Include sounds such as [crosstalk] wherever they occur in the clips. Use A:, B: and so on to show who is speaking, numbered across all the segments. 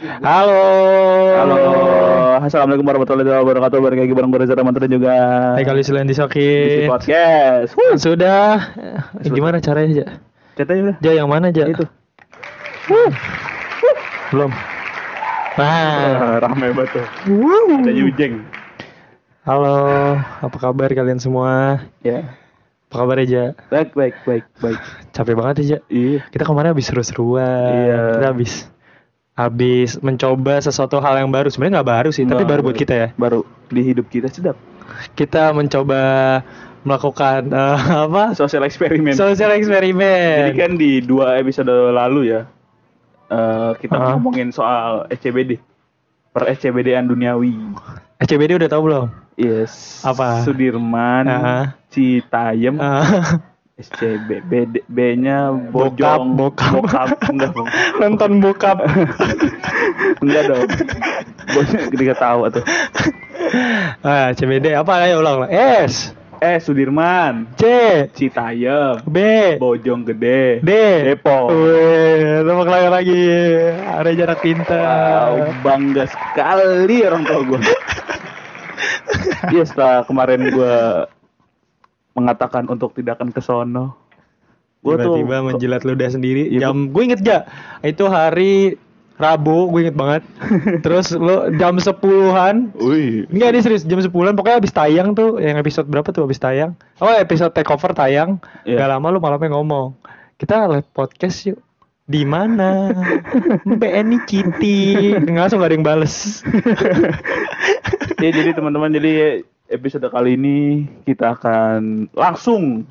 A: Halo.
B: Halo. Assalamualaikum warahmatullahi wabarakatuh. Balik lagi bareng gue Reza Ramadhan dan juga
A: Hai kali selain
B: di
A: disokin.
B: podcast. Wuh.
A: Sudah. Eh, Gimana caranya, Ja?
B: Ceritanya udah.
A: Ja yang mana, Ja?
B: Itu.
A: Wuh. Belum. Nah.
B: Ah, [laughs] rame banget tuh. Ada Yujeng.
A: Halo, apa kabar kalian semua?
B: Ya.
A: Apa kabar Ja?
B: Baik, baik, baik, baik.
A: Capek banget ya, Ja.
B: Iya.
A: Kita kemarin habis seru-seruan.
B: Iya.
A: Kita habis habis mencoba sesuatu hal yang baru. Sebenarnya nggak baru sih, tapi
B: Nggak,
A: baru buat kita ya.
B: Nah, Baru di hidup kita sedap.
A: Kita mencoba melakukan eh, [laughs] apa?
B: Sosial eksperimen.
A: Sosial eksperimen.
B: Jadi kan di dua episode lalu ya. eh, kita
A: Ah.
B: ngomongin soal SCBD. Per SCBD-an duniawi.
A: ECBD udah tahu belum?
B: Yes.
A: Apa?
B: Sudirman,
A: Ah.
B: Citayem,
A: Ah,
B: SCB BD B-nya bojong
A: bokap.
B: enggak dong
A: nonton bokap.
B: enggak dong bojong ketika tahu atau
A: [laughs] ah, CBD apa ayo ulang lah. S,
B: eh Sudirman
A: C,
B: Citayem
A: B,
B: Bojong Gede
A: D.
B: Depok
A: Wih, tepuk tangan lagi. Ada jarak pintar.
B: Wow, bangga sekali orang tua gue Iya setelah kemarin gue mengatakan untuk tidak akan ke sono gue tuh
A: Tiba-tiba
B: [laughs]
A: menjilat ludah sendiri.
B: Iya,
A: Jam gue inget gak? Itu hari Rabu, gue inget banget. Terus lo jam 10-an
B: Wih,
A: Enggak ini serius jam 10-an pokoknya habis tayang tuh yang episode berapa tuh habis tayang. Oh, episode takeover tayang.
B: Iya.
A: Gak lama lu malamnya ngomong. Kita live podcast yuk. Di
B: [laughs]
A: mana? BNI Citi. Nggak langsung gak ada yang bales.
B: ya jadi teman-teman jadi episode kali ini kita akan langsung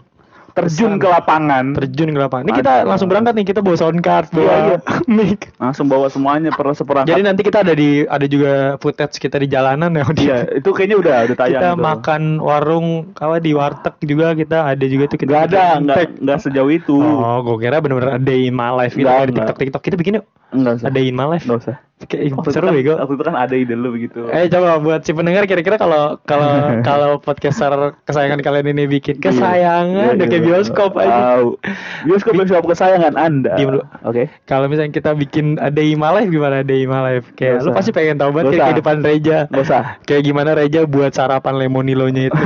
B: terjun
A: Kesana.
B: ke lapangan
A: Terjun ke lapangan. Ini kita
B: Mantap.
A: langsung berangkat nih. Kita bawa sound card, bawa
B: Iya, iya.
A: [laughs] mic.
B: langsung bawa semuanya per seperangkat
A: Jadi nanti kita ada di ada juga footage kita di jalanan ya. Di,
B: Iya, itu kayaknya udah udah tayang gitu.
A: kita
B: tuh.
A: makan warung apa di warteg juga kita ada juga tuh kita
B: nggak Uh. ada
A: bikin
B: nggak
A: tag.
B: nggak sejauh itu
A: Oh, gue kira bener-bener ada in my life gitu.
B: Enggak,
A: Ada
B: enggak.
A: TikTok TikTok kita bikin yuk.
B: nggak usah
A: Ada in my life.
B: nggak usah
A: Kayak
B: Waktu itu
A: seru
B: kan-
A: bego.
B: waktu itu kan ada ide lu begitu
A: Eh coba buat si pendengar kira-kira kalau
B: [laughs]
A: kalau kalau podcaster kesayangan kalian ini
B: Iya.
A: bikin kesayangan udah kayak bioskop aja.
B: Wow. bioskop bioskop kesayangan anda
A: Diem dulu.
B: oke
A: Kalau misalnya kita bikin ada in my life gimana ada in my life? Kayak lu
B: Nggak usah.
A: pasti pengen tahu
B: Nggak
A: banget kayak
B: usah.
A: kehidupan Reja.
B: nggak usah
A: Kayak gimana Reja buat sarapan lemonilo-nya
B: [laughs]
A: itu.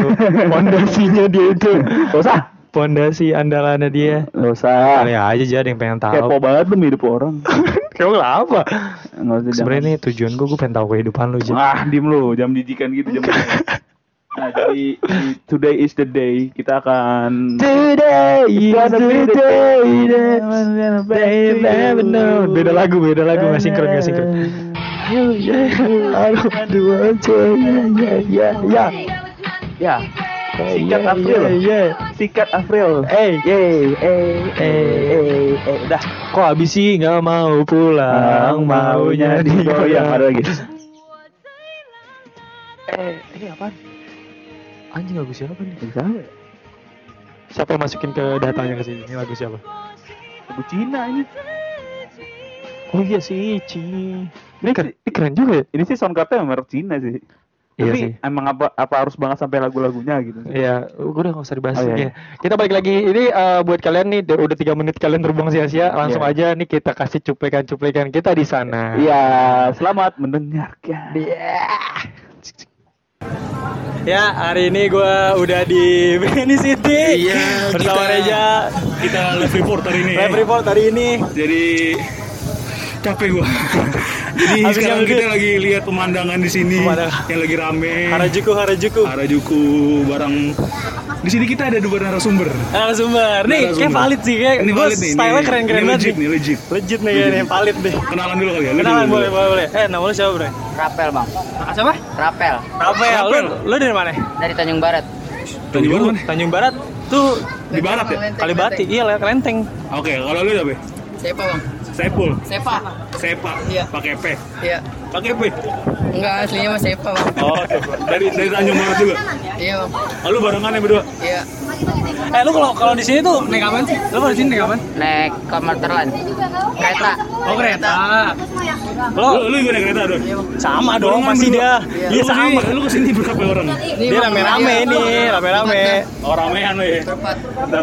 A: Pondasinya dia itu.
B: nggak usah
A: Pondasi andalannya dia.
B: nggak usah
A: Kali aja jadi yang pengen tahu.
B: kepo banget lu hidup orang
A: [laughs] Kamu apa?
B: nggak usah
A: Sebenarnya ini tujuan gue, gue pengen tahu kehidupan lu
B: jangan.
A: aja.
B: ah diem lu jam jijikan gitu jam nah jadi today is the day kita akan
A: Today is the day that they never know. Beda lagu, beda lagu, nggak sinkron, nggak sinkron. Aduh, dua, ya, ya, ya,
B: [laughs] Ya. Sikat April.
A: ya.
B: Sikat April.
A: Eh,
B: Yeay, eh, eh, eh, eh, udah.
A: kok habis sih nggak mau pulang, maunya
B: digoyang
A: digoyang.
B: ada lagi.
A: Eh, ini apaan? Anjing lagu siapa nih?
B: Siapa ya?
A: Siapa yang masukin ke datanya ke sini? Ini lagu siapa?
B: Lagu Cina ini.
A: Oh iya sih, Ici. Ini, keren, ini keren juga ya?
B: Ini sih soundcardnya merek Cina sih.
A: Iya
B: Tapi
A: sih.
B: emang apa apa harus banget sampai lagu-lagunya gitu.
A: Iya, gue udah gak usah dibahas
B: Oh,
A: lagi
B: iya.
A: ya. Kita balik lagi. Ini eh, buat kalian nih udah udah tiga menit kalian terbuang sia-sia. Langsung
B: Iya.
A: aja nih kita kasih cuplikan-cuplikan kita di sana.
B: Iya, selamat mendengarkan.
A: Ya, hari ini gue udah di Beni City.
C: Iya,
A: Bersama
C: kita-
A: Reja.
C: kita live report hari ini ya.
A: Live report hari ini.
C: jadi capek gua jadi
A: Habis
C: sekarang
A: nyampe.
C: kita lagi lihat pemandangan di sini
A: Pemandangan.
C: yang lagi rame
A: Harajuku, Harajuku.
C: Harajuku barang di sini kita ada dua narasumber
A: Narasumber. Nih,
C: Narasumber.
A: kayak valid sih. Kayak
C: ini
A: gue
C: valid nih
A: style
C: ini-
A: keren-keren
C: ini
A: banget
C: legit
A: nih.
C: nih legit
A: Legit nih, kayaknya, valid nih.
C: kenalan dulu kali ya lu
A: Kenalan
C: dulu.
A: boleh, boleh, boleh. Eh, nama lu siapa, Bro?
D: Rapel bang,
C: Ah,
A: Nama siapa?
D: rapel
A: Rafael. Lu,
C: Rafael.
A: lu dari mana?
D: dari Tanjung Barat.
C: Tanjung Barat mana?
A: Tanjung Barat tuh
C: di barat ya
A: Kalibati, iya lewat Lenteng.
C: oke kalau lu apa
D: Sepa bang,
C: Sepul
D: Sepa.
C: Sepa
D: Iya.
C: pakai P
D: Iya,
C: pakai P
D: enggak aslinya mah Sepa bang.
C: oh Sepa. dari dari Tanjung Barat juga
D: Iya bang,
C: oh, lu barengan ya berdua
D: iya.
C: Eh lu kalau kalau di sini tuh naik kapan sih? Lu kalau di sini naik kapan?
D: Naik komuter lain. Kereta.
C: Oh kereta. Lo
B: Lu, lu juga naik kereta dong?
C: sama dong pasti dia.
B: Lu
C: Iya
B: kesini-
C: sama.
B: Lu kesini berapa orang?
C: Dia rame-rame
D: iya.
C: nih, rame-rame.
B: Oh ramean lu ya?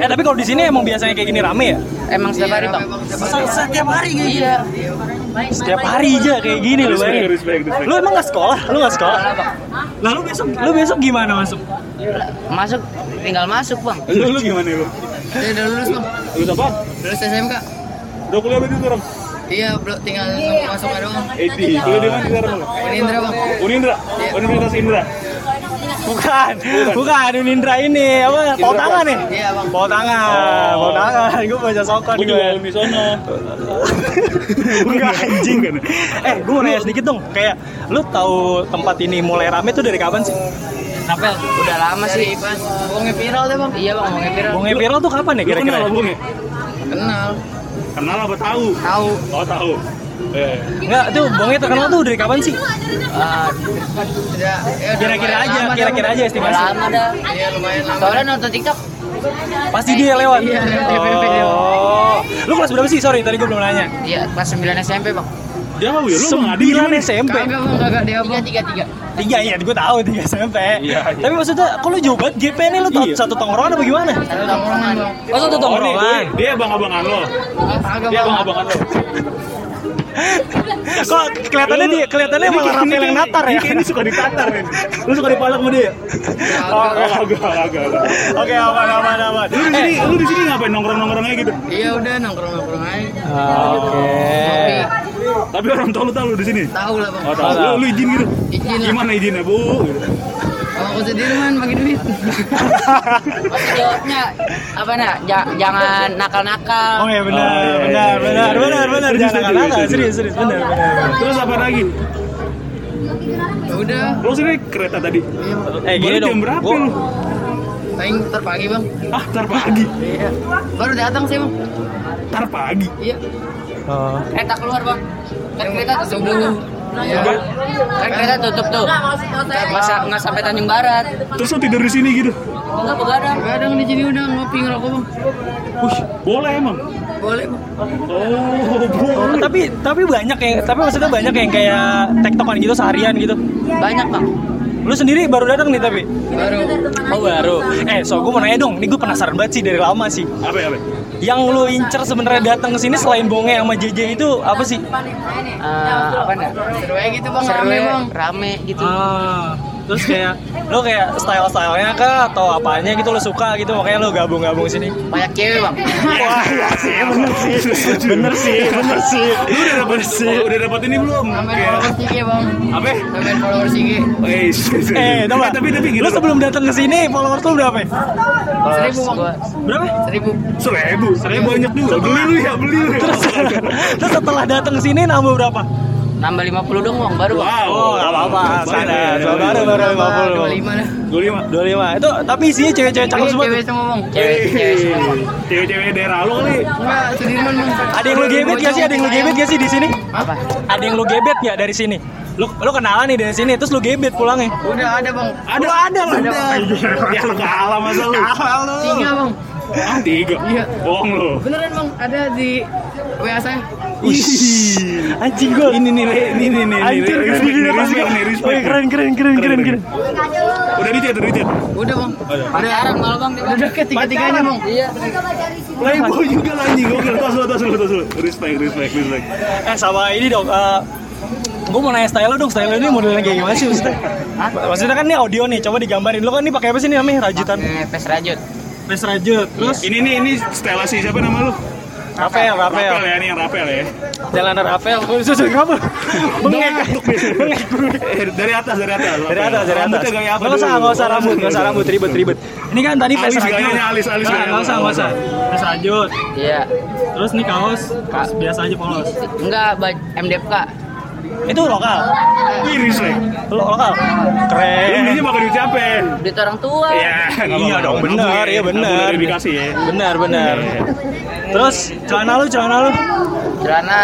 C: Eh tapi kalau di sini emang biasanya kayak gini rame ya?
D: Emang setiap hari Iya, bang.
C: Setiap hari kayak
D: Iya.
C: gini. Setiap hari aja kayak gini lu
B: Respect,
C: bayangin.
B: respect, respect.
C: Lu emang gak sekolah? Lu gak sekolah?
D: Sekolah bang.
C: Lalu besok lu besok gimana masuk?
D: Masuk, tinggal masuk bang.
B: Lu, lu gimana ya, lu?
D: Saya Iya, udah lulus bang.
B: Lu apa?
D: Lulus SMK.
B: Udah kuliah berarti sekarang?
D: Iya bro, tinggal masuk aja doang.
B: Edi, lu di mana sekarang lu?
D: Ini Indra bang.
B: Unindra, Universitas Indra.
C: Bukan, bukan Unindra ini apa? Bawa tangan nih.
D: Iya bang.
C: Bawa tangan, bawa
B: Oh.
C: tangan. [laughs] Gue baca sokon
B: Gue juga
C: gue.
B: alumni sono.
C: [laughs] Enggak anjing. Eh, gue mau nanya sedikit dong. Kayak lu tahu tempat ini mulai rame tuh dari kapan sih?
D: Rapel. Udah lama sih. Bongnya viral deh bang. Iya bang, bongnya viral.
C: Bung Epiral tuh kapan
B: Lu
C: ya
B: kenal
C: kira-kira?
B: apa ya?
D: Kenal.
B: Kenal apa tahu?
D: Tahu.
B: Oh tahu. Eh,
C: Enggak, tuh Bung Epiral terkenal tuh dari kapan sih?
D: Ya, ya,
C: Ah. Kira-kira
D: lumayan
C: aja,
D: lama dah,
C: kira-kira
D: Bang.
C: aja estimasi.
D: Udah Lama dah. Iya lumayan lama. Soalnya nonton TikTok.
C: Pasti dia lewat.
D: Iya, FFP.
C: Oh. Lu kelas berapa sih? Sorry, tadi gue belum nanya.
D: Iya, kelas 9 SMP, Bang.
B: dia mau ya? Lu Bang Adi
C: Sembilan
B: gimana?
C: SMP.
D: Bang, kagak dia, Bang. 3 3
C: Tiga iya, gue tahu tiga SMP.
B: Iya, iya.
C: Tapi maksudnya, kalau lu jauh banget GP nih lu tau-
B: Iya.
C: satu tongkrongan apa gimana?
D: Satu tongkrongan, Bang.
C: Oh, satu
B: Oh, nih,
C: tongkrongan.
B: dia abang-abangan lo.
C: Iya,
B: Dia abang-abangan lo.
C: Kok kelihatannya dia kelihatannya
B: Ini
C: malah
B: kayak-
C: Rafael
B: ini
C: yang
B: kayak- Iya,
C: natar
B: Ini
C: ya.
B: kayak ini suka ditatar nih. Lu suka dipalak sama dia? Oh, agak, agak, agak.
C: Oke, aman aman aman.
B: Lu di sini, lu di sini ngapain nongkrong-nongkrongnya gitu?
D: Iya udah nongkrong-nongkrong aja.
C: Eh. Oke.
D: Tapi
B: Tapi orang tua lu tahu lu di sini.
D: tahu lah, Bang.
B: Oh, tahu. Lu, lu izin gitu.
D: Izin lah.
B: Gimana izinnya, Bu? Gitu.
D: Kalau aku sendiri man pakai duit. Pasti jawabnya apa nah? ja- jangan nakal-nakal.
C: Oh ya benar,
B: Oh, iya, iya,
C: benar,
B: iya,
C: benar,
B: iya,
C: benar,
B: iya.
C: benar.
B: Setuju,
C: Jangan
B: setuju,
C: nakal,
B: setuju.
C: serius, serius, benar, benar.
B: Terus apa lagi?
D: Ya udah,
B: Lu sini kereta tadi.
C: Eh
B: Baru
C: gini dong.
B: jam berapa
C: gua-
B: lu?
D: paling ntar pagi, Bang.
B: Ah, tar pagi.
D: Iya. Baru datang sih, Bang.
B: Tar pagi.
D: Iya.
C: Oh.
D: Kereta Eh, keluar, Bang. Kan kereta tutup dulu. Iya. Kan kereta tutup tuh. Nggak sa- nggak sampai Tanjung Barat.
B: Terus lu tidur di sini gitu.
D: Enggak begadang. Begadang di sini udah ngopi ngerokok, Bang.
B: Wih, boleh emang.
D: Boleh, Bang.
B: Oh,
C: Oh,
B: boleh.
C: tapi tapi banyak yang tapi maksudnya banyak yang kayak tektokan gitu seharian gitu.
D: Banyak, Bang. Eh,
C: Lu sendiri baru datang nih tapi.
D: Baru
C: Oh baru. Eh so gue mau nanya dong. Ini gue penasaran banget sih dari lama sih.
B: Apa ya, apa? ya?
C: Yang lu incer sebenarnya datang ke sini selain bonge sama JJ itu apa sih?
D: eh, apa nah? Seru aja gitu, Bang. Seru
C: ya.
D: rame, Bang. Rame gitu.
C: Ah, terus kayak lu kayak style-stylenya kah atau apanya gitu lu suka gitu makanya lu gabung-gabung sini.
D: Banyak cewek, [laughs] Bang.
C: Wah, iya sih, bener sih.
B: Setuju.
C: Bener sih, bener sih.
B: Lu udah dapat sih. Udah dapat ini belum?
D: Sampai
B: Kayak-
D: followers IG, Bang.
B: Apa? ya?
D: Sampai followers IG.
B: Eh,
C: [laughs]
B: [laughs]
C: Eh, coba.
B: tapi tapi gitu.
C: lu sebelum datang ke sini followers lu berapa? ya?
D: Seribu, Bang.
C: [laughs] Berapa?
D: Seribu.
B: seribu, seribu banyak juga. Beli lu ya, beli lu. ya.
C: Terus, terus setelah datang ke sini nambah berapa?
D: Nambah 50 dong, Bang. Baru, Bang.
B: [laughs] Wow.
C: Oh, nggak apa-apa. Sana, coba baru baru lima puluh.
D: 25 dah.
B: Gue lima.
C: Dua lima. Itu tapi isinya cewek-cewek cakep
D: Ini
C: semua.
D: Cewek
C: tuh.
D: semua, Bang. Cewek, cewek
C: Iya.
D: semua, Bang.
B: Cewek-cewek Iya, Cewek-cewek daerah lu kali.
D: Enggak, Sudirman, Bang.
C: Ada yang lu gebet gak sih? Ada yang lu gebet gak sih di sini?
D: Apa?
C: Ada yang lu gebet gak dari sini? Lu lu kenalan nih dari sini, terus lu gebet pulangnya?
D: Udah ada, Bang.
C: Ada ada lah. Ada.
B: Ya lu kalah masa lu.
D: Tiga, Bang.
B: Ah, Tiga.
D: Iya.
B: Bohong lu.
D: Beneran, Bang. Ada di WA saya.
C: Anjing gua.
B: Ini nih, Le. ini nih, nih.
C: Anjir,
B: nih,
C: respect,
B: nih,
C: respect,
B: respect, nih, respect.
C: Wih, keren, keren, keren, keren, keren.
B: Udah dicat, udah dicat.
D: Udah, Bang. Pacaran malah, Bang. Udah deket ya, tiga-tiganya, Bang. Iya.
B: Playboy juga lah anjing. Oke, tas lu, tas lu, tas lu. Respect, respect, respect.
C: Eh, sama ini dong. eh gue mau nanya style lu dong, style lu ini modelnya kayak gimana sih maksudnya? Maksudnya kan ini audio nih, coba digambarin. Lu kan ini pakai apa sih nih namanya? Rajutan.
D: Eh, Pes rajut.
C: Pes rajut. Terus
B: Ini nih, ini Stella sih. Siapa nama lu?
C: Rafael, Rafael.
B: Rapel ya, ini yang Rapel ya.
C: Jalanan Rafael. Oh, susu
B: [laughs]
C: kamu. Bengek.
B: Batuk biasanya.
C: Bengek.
B: Eh, Dari atas, dari atas.
C: Dari atas, dari atas.
B: Rambutnya gaya apa
C: Nggak usah,
B: dulu?
C: nggak usah rambut, nggak usah rambut, ribet, ribet. Ini kan tadi pes
B: Alis
C: rajut.
B: gayanya, alis, alis
C: Nggak,
B: gayanya.
C: nggak usah, nggak usah. Pes rajut.
D: Iya.
C: Terus nih kaos, kaos biasa aja polos.
D: Enggak, ba- MDFK.
C: Itu lokal.
B: Wih, respect.
C: Lo lokal.
B: Lu
C: Keren.
B: belinya pakai duit siapa? ya?
D: Duit orang tua.
B: Iya, nggak
C: Eh. Iya
B: apa-apa.
C: dong,
B: Nabung
C: benar,
B: ya.
C: iya
B: Nabung
C: benar.
B: dari dikasih ya.
C: Benar, benar.
B: Iya.
C: Terus celana lu, celana lu.
D: Celana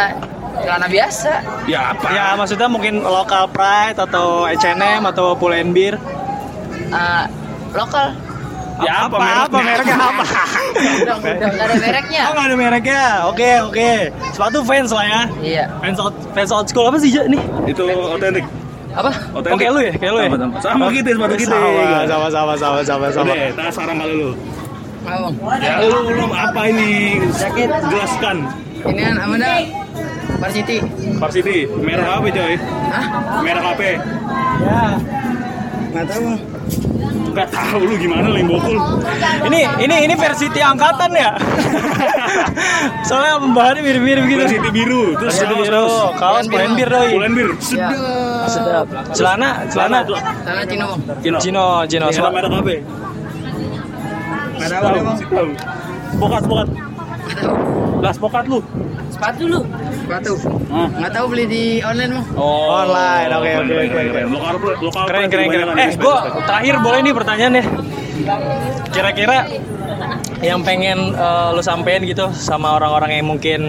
D: celana biasa.
B: Ya apa?
C: Ya maksudnya mungkin lokal pride atau H&M atau Pull&Bear
D: Eh, lokal
C: Ya apa, apa
B: [laughs]
C: mereknya apa?
D: Udah, udah, nggak ada
E: Ya.
D: mereknya.
C: Oh nggak ada mereknya. Oke oke. Sepatu fans lah ya.
D: Iya.
C: Fans out, fans out school apa sih Jo? nih?
B: Itu otentik.
D: Apa?
B: Otentik.
C: Oh, kayak lu ya, kayak lu ya.
B: Sama, sama. Sama kita, sepatu gitu ya. kita.
C: Sama sama sama sama sama.
B: Udah, nah sekarang kali lu.
D: Ngomong.
B: Ya lu, lu apa ini?
D: Jaket.
B: Jelaskan.
D: Ini kan Amanda Varsity.
B: Varsity, merah apa coy?
D: Hah?
B: Merah HP. Ya.
D: Nggak tahu.
B: Enggak tahu lu gimana limbokul.
C: Ini ini ini Varsity angkatan ya. [laughs] Soalnya pembahannya mirip-mirip
D: Iya.
C: gitu.
B: Varsity biru, terus
C: Varsity
B: kaos-
C: biru, Iya.
B: kaos
C: kaos
D: Bulan
C: bulan bir
D: biru.
C: doi.
B: Bulan bir.
D: Ya.
B: Sedap.
D: Sedap.
C: Celana celana
B: Celana tuh.
D: Tanah Cino.
B: Cino.
C: Cino Cino.
B: Merah
C: Soalnya
B: merah HP. Merah apa? Tahu. Pokat, pokat.
D: Nggak tahu.
B: Las pokat lu.
D: Sepatu lu. Sepatu.
B: Hmm.
D: Nggak tahu beli di online mah.
B: Oh,
C: Online,
B: keren,
C: oke, oke,
B: keren,
C: oke,
B: keren, keren. Lokal pre- lokal
C: keren keren keren.
B: kebanyakan,
C: Eh
B: respect,
C: gua
B: respect.
C: terakhir boleh nih pertanyaannya. Kira-kira yang pengen eh, lo sampein gitu sama orang-orang yang mungkin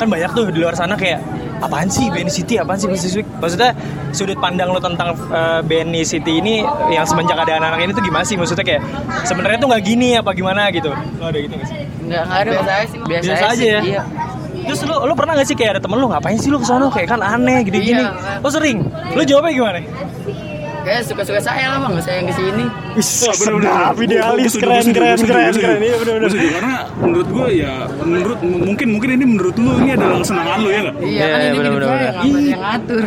C: kan banyak tuh di luar sana kayak apaan sih BNI City apaan sih Business Week maksudnya sudut pandang lo tentang eh, BNI City ini yang semenjak ada anak-anak ini tuh gimana sih maksudnya kayak sebenarnya tuh nggak gini apa gimana gitu lo ada gitu nggak sih
D: Nggak nggak ada. Biasa aja sih. Biasa,
C: Biasa aja
D: sih.
C: ya?
D: Iya.
C: terus lo lo pernah nggak sih kayak ada temen lo ngapain sih lo kesana kayak kan aneh gini-gini
D: Iya.
C: lo sering lo jawabnya gimana
D: Kayak suka-suka saya lah bang. Saya yang kesini.
B: Wah, bener-bener.
C: Sedap,
B: Gua-
C: idealis,
B: gua setuju,
C: keren,
B: gua setuju,
C: keren,
B: gua setuju,
C: keren,
B: gua
C: keren.
B: setuju.
C: Iya, bener-bener.
B: Gua setuju, karena menurut gue ya menurut m- mungkin mungkin ini menurut lu ini adalah kesenangan lu ya nggak?
D: Iya kan
C: Iya,
D: ini
C: bener,
D: hidup
C: bener,
D: saya
C: bener.
D: ngapain yang ngatur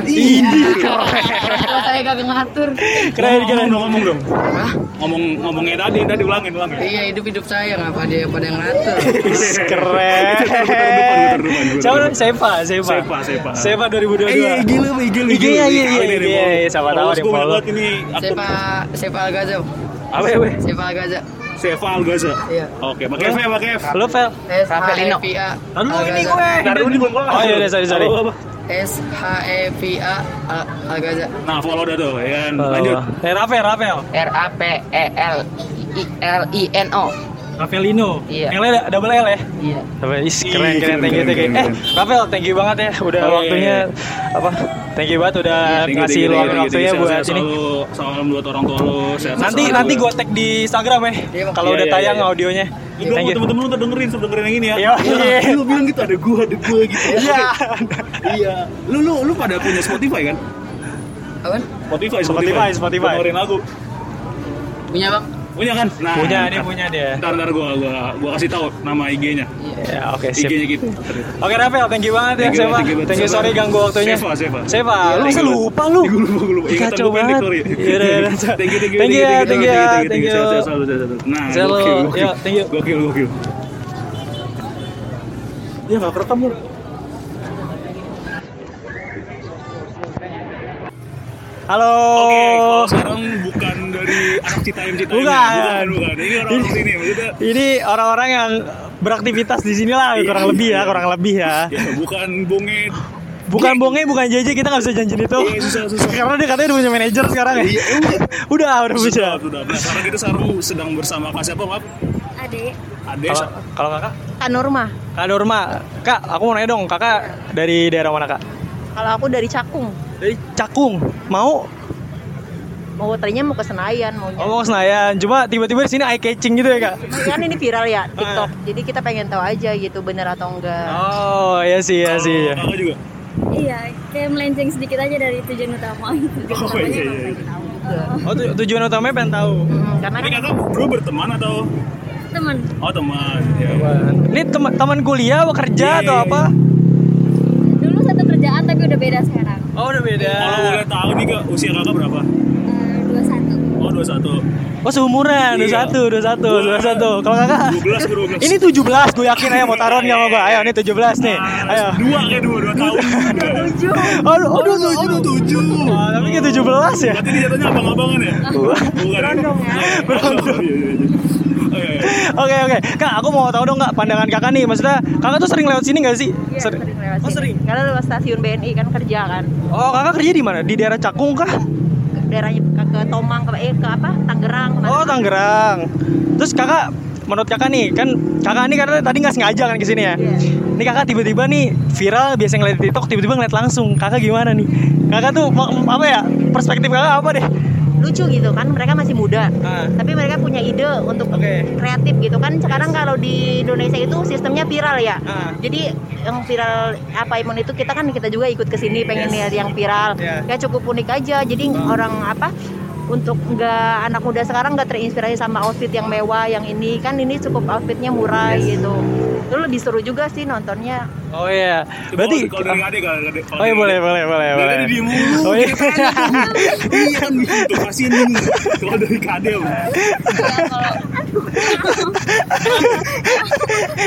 D: Kalau saya kagak ngatur
C: keren keren
B: Ngomong dong, ngomong dong.
D: Hah?
B: Ngomong ngomongnya tadi, tadi ulangin, ulangin. Iya,
D: Iya hidup-hidup saya ngapa dia pada yang ngatur
C: keren. Siapa
B: Coba
C: namanya? Sepa, Sepa.
B: Sepa, Sepa.
C: Sepa
B: Iya,
C: 2022.
B: IG lu, IG lu,
C: IG, iya, iya, iya, iya, iya, sama tahu di
B: Gue
C: follow.
B: ngeliat ini akun
D: Sepa Sepa Algaza
B: apa ya, weh?
D: Sepa Algaza
B: Seva Algaza.
D: Iya.
B: Oke, ya, pakai V, pakai F.
C: Lo Fel.
D: S H E Rafaelino. P A
C: Aduh ini
D: Algaza.
C: gue.
B: Ntar dulu, ini Eh, belum kelar.
C: Oh iya, iya, sorry, sorry.
B: Apa, apa, apa?
D: S H E P A Al- Algaza
B: Nah, follow dah tuh, ya kan. Lanjut.
C: Eh Rafael, Rafael.
D: R A P E L I L I N O
C: Rafaelino.
D: Iya.
C: Yang lain double L ya.
D: Iya
C: Rafael, is keren,
B: Ih,
C: keren, thank you,
B: keren,
C: thank you.
B: keren,
C: Eh, Rafael, thank you banget ya, udah
B: Oh, iya,
C: waktunya apa? Thank you banget udah
B: Thank you,
C: ngasih
B: thank you,
C: luangin
B: thank you,
C: Eh,
B: thank
C: waktunya
B: you.
C: buat
B: Sehat
C: sini.
B: selalu, Salam buat orang tua lu. sehat
C: Nanti
B: selalu.
C: nanti gue tag di Instagram ya,
D: Iya, Bang.
C: kalau
B: Iya,
C: udah
B: iya,
C: tayang
B: iya.
C: audionya.
B: Lu bilang
C: Thank
B: sama
C: you.
B: temen-temen lu dengerin, suruh dengerin yang ini ya.
C: Iya.
B: Iya. Lu bilang gitu ada gua, ada gua gitu. Iya. Iya. Lu lu lu pada punya Spotify kan?
D: Apaan?
B: Spotify,
C: Spotify, Spotify.
B: Dengerin lagu.
D: Punya bang?
B: Punya kan? Nah,
C: Punya, ini
B: ntar-
C: punya dia.
B: Ntar ntar gua gua gua kasih tahu nama IG-nya.
C: Ya, oke, sip.
B: IG-nya gitu.
C: Oke Rafael, thank you banget ya
B: Thank you,
C: Seva.
B: thank you banget.
C: Thank you,
B: Seva.
C: sorry ganggu waktunya.
B: Seva, Seva.
C: Seva, lu
B: thank
C: masa
B: you.
C: lupa lu.
B: Gue lupa, gue lupa. Ingatan
C: Kacau
B: gue pendek,
C: banget.
B: sorry.
C: Iya, iya, iya.
B: Thank you, thank you,
C: Thank you,
B: thank you,
C: thank you,
B: thank you, thank you,
C: thank you.
B: Sehat selalu, sehat selalu. Nah,
C: Sehat selalu.
B: gokil, gokil.
C: Yo, thank you.
B: Gokil, gokil. Ya, nggak kerekam ya.
C: Halo.
B: Oke, Eh, kalau sekarang bukan dari anak Citayam Citayam.
C: Bukan.
B: bukan, bukan. Ini orang sini maksudnya.
C: Ini orang-orang yang beraktivitas di sini lah
B: Iya,
C: kurang lebih ya,
B: iya.
C: kurang lebih ya.
B: Ya, bukan bonge.
C: Bukan bonge, bukan JJ kita nggak bisa janjiin itu.
B: Iya, susah, susah.
C: Karena dia katanya udah punya manajer sekarang ya.
B: Iya,
C: [laughs] udah, udah bisa.
B: Sudah, sudah. Nah, sekarang kita sekarang sedang bersama Kak siapa, Pak?
E: Adik,
B: Ade.
C: Kalau kalau Kakak,
E: Kak Norma.
C: Kak Norma, Kak, aku mau nanya dong, Kakak dari daerah mana, Kak?
E: Kalau aku dari Cakung,
C: Dari Cakung. Mau
E: mau tadinya mau ke Senayan mau
C: oh, mau ke Senayan. Cuma tiba-tiba di sini eye catching gitu ya, Kak?
E: kan ini viral ya
D: Ah.
E: TikTok. Jadi kita pengen tahu aja gitu bener atau enggak.
C: Oh, iya sih, iya sih. iya.
B: Kakak juga.
E: Iya, kayak melenceng sedikit aja dari tujuan utama. [laughs]
B: Oh, iya, iya, iya.
C: Oh, tu- tujuan utamanya pengen tahu.
E: Hmm, karena
B: Tapi kakak bro berteman atau?
E: teman
B: Oh teman. Ya.
C: Iya. Ini teman teman kuliah apa
B: Yeay.
C: kerja atau apa?
E: dulu satu kerjaan tapi udah beda sekarang.
C: Oh, udah beda.
B: Kalau boleh tahu nih kak usia kakak berapa?
E: Eh, Dua satu.
B: Oh 21
C: Oh, seumuran,
B: Iya.
C: 21, 21, 21. Kalau Kakak
B: 12 ke 12
C: ini 17, gue yakin ayo mau taruhan gak sama gue. Ayo, ini 17 nih. Ayo.
B: Ah, Dua kayak dua, dua tahun Tujuh
C: Oh, aduh, aduh, aduh,
B: Oh
C: aduh.
B: tujuh
C: Oh, tapi kayak 17 ya.
B: Berarti ini jatuhnya abang-abangan ya? Bukan Berondong Berondong Iya, iya, iya. Oh, iya, iya.
C: Oke, oke. Kak, aku mau tahu dong Kak pandangan Kakak nih. Maksudnya, Kakak tuh sering lewat sini gak sih?
E: Iya, sering lewat
C: Oh,
E: sini.
C: sering.
E: Karena lewat stasiun BNI kan kerja kan.
C: Oh, Kakak kerja di mana? Di daerah Cakung kah?
E: Ke daerahnya ke, ke Tomang ke eh, ke apa? Tangerang kemana.
C: Oh, Tangerang. Terus Kakak menurut Kakak nih, kan Kakak ini karena tadi nggak sengaja kan ke sini ya.
E: Iya.
C: Ini kakak tiba-tiba nih viral biasa ngeliat di TikTok tiba-tiba ngeliat langsung kakak gimana nih kakak tuh ma- apa ya perspektif kakak apa deh
F: lucu gitu kan mereka masih muda
C: Ah.
F: tapi mereka punya ide untuk
C: Oke.
F: kreatif gitu kan sekarang kalau di Indonesia itu sistemnya viral ya
C: Ah.
F: jadi yang viral apa imun itu kita kan kita juga ikut ke sini
C: Yes.
F: pengen lihat yang viral
C: Yeah.
F: ya cukup unik aja jadi orang apa untuk nggak anak muda sekarang nggak terinspirasi sama outfit yang mewah yang ini kan ini cukup outfitnya murah gitu itu lebih seru juga sih nontonnya
C: Oh iya.
B: Coba
C: Berarti
B: kalau dari Ade kalau dari kalau
C: Oh iya
B: dari
C: boleh
B: Ade.
C: boleh boleh
B: Dari
C: boleh.
B: tadi diem mulu,
C: Oh iya.
B: Iya kan gitu kasihan ini. Kalau dari Kade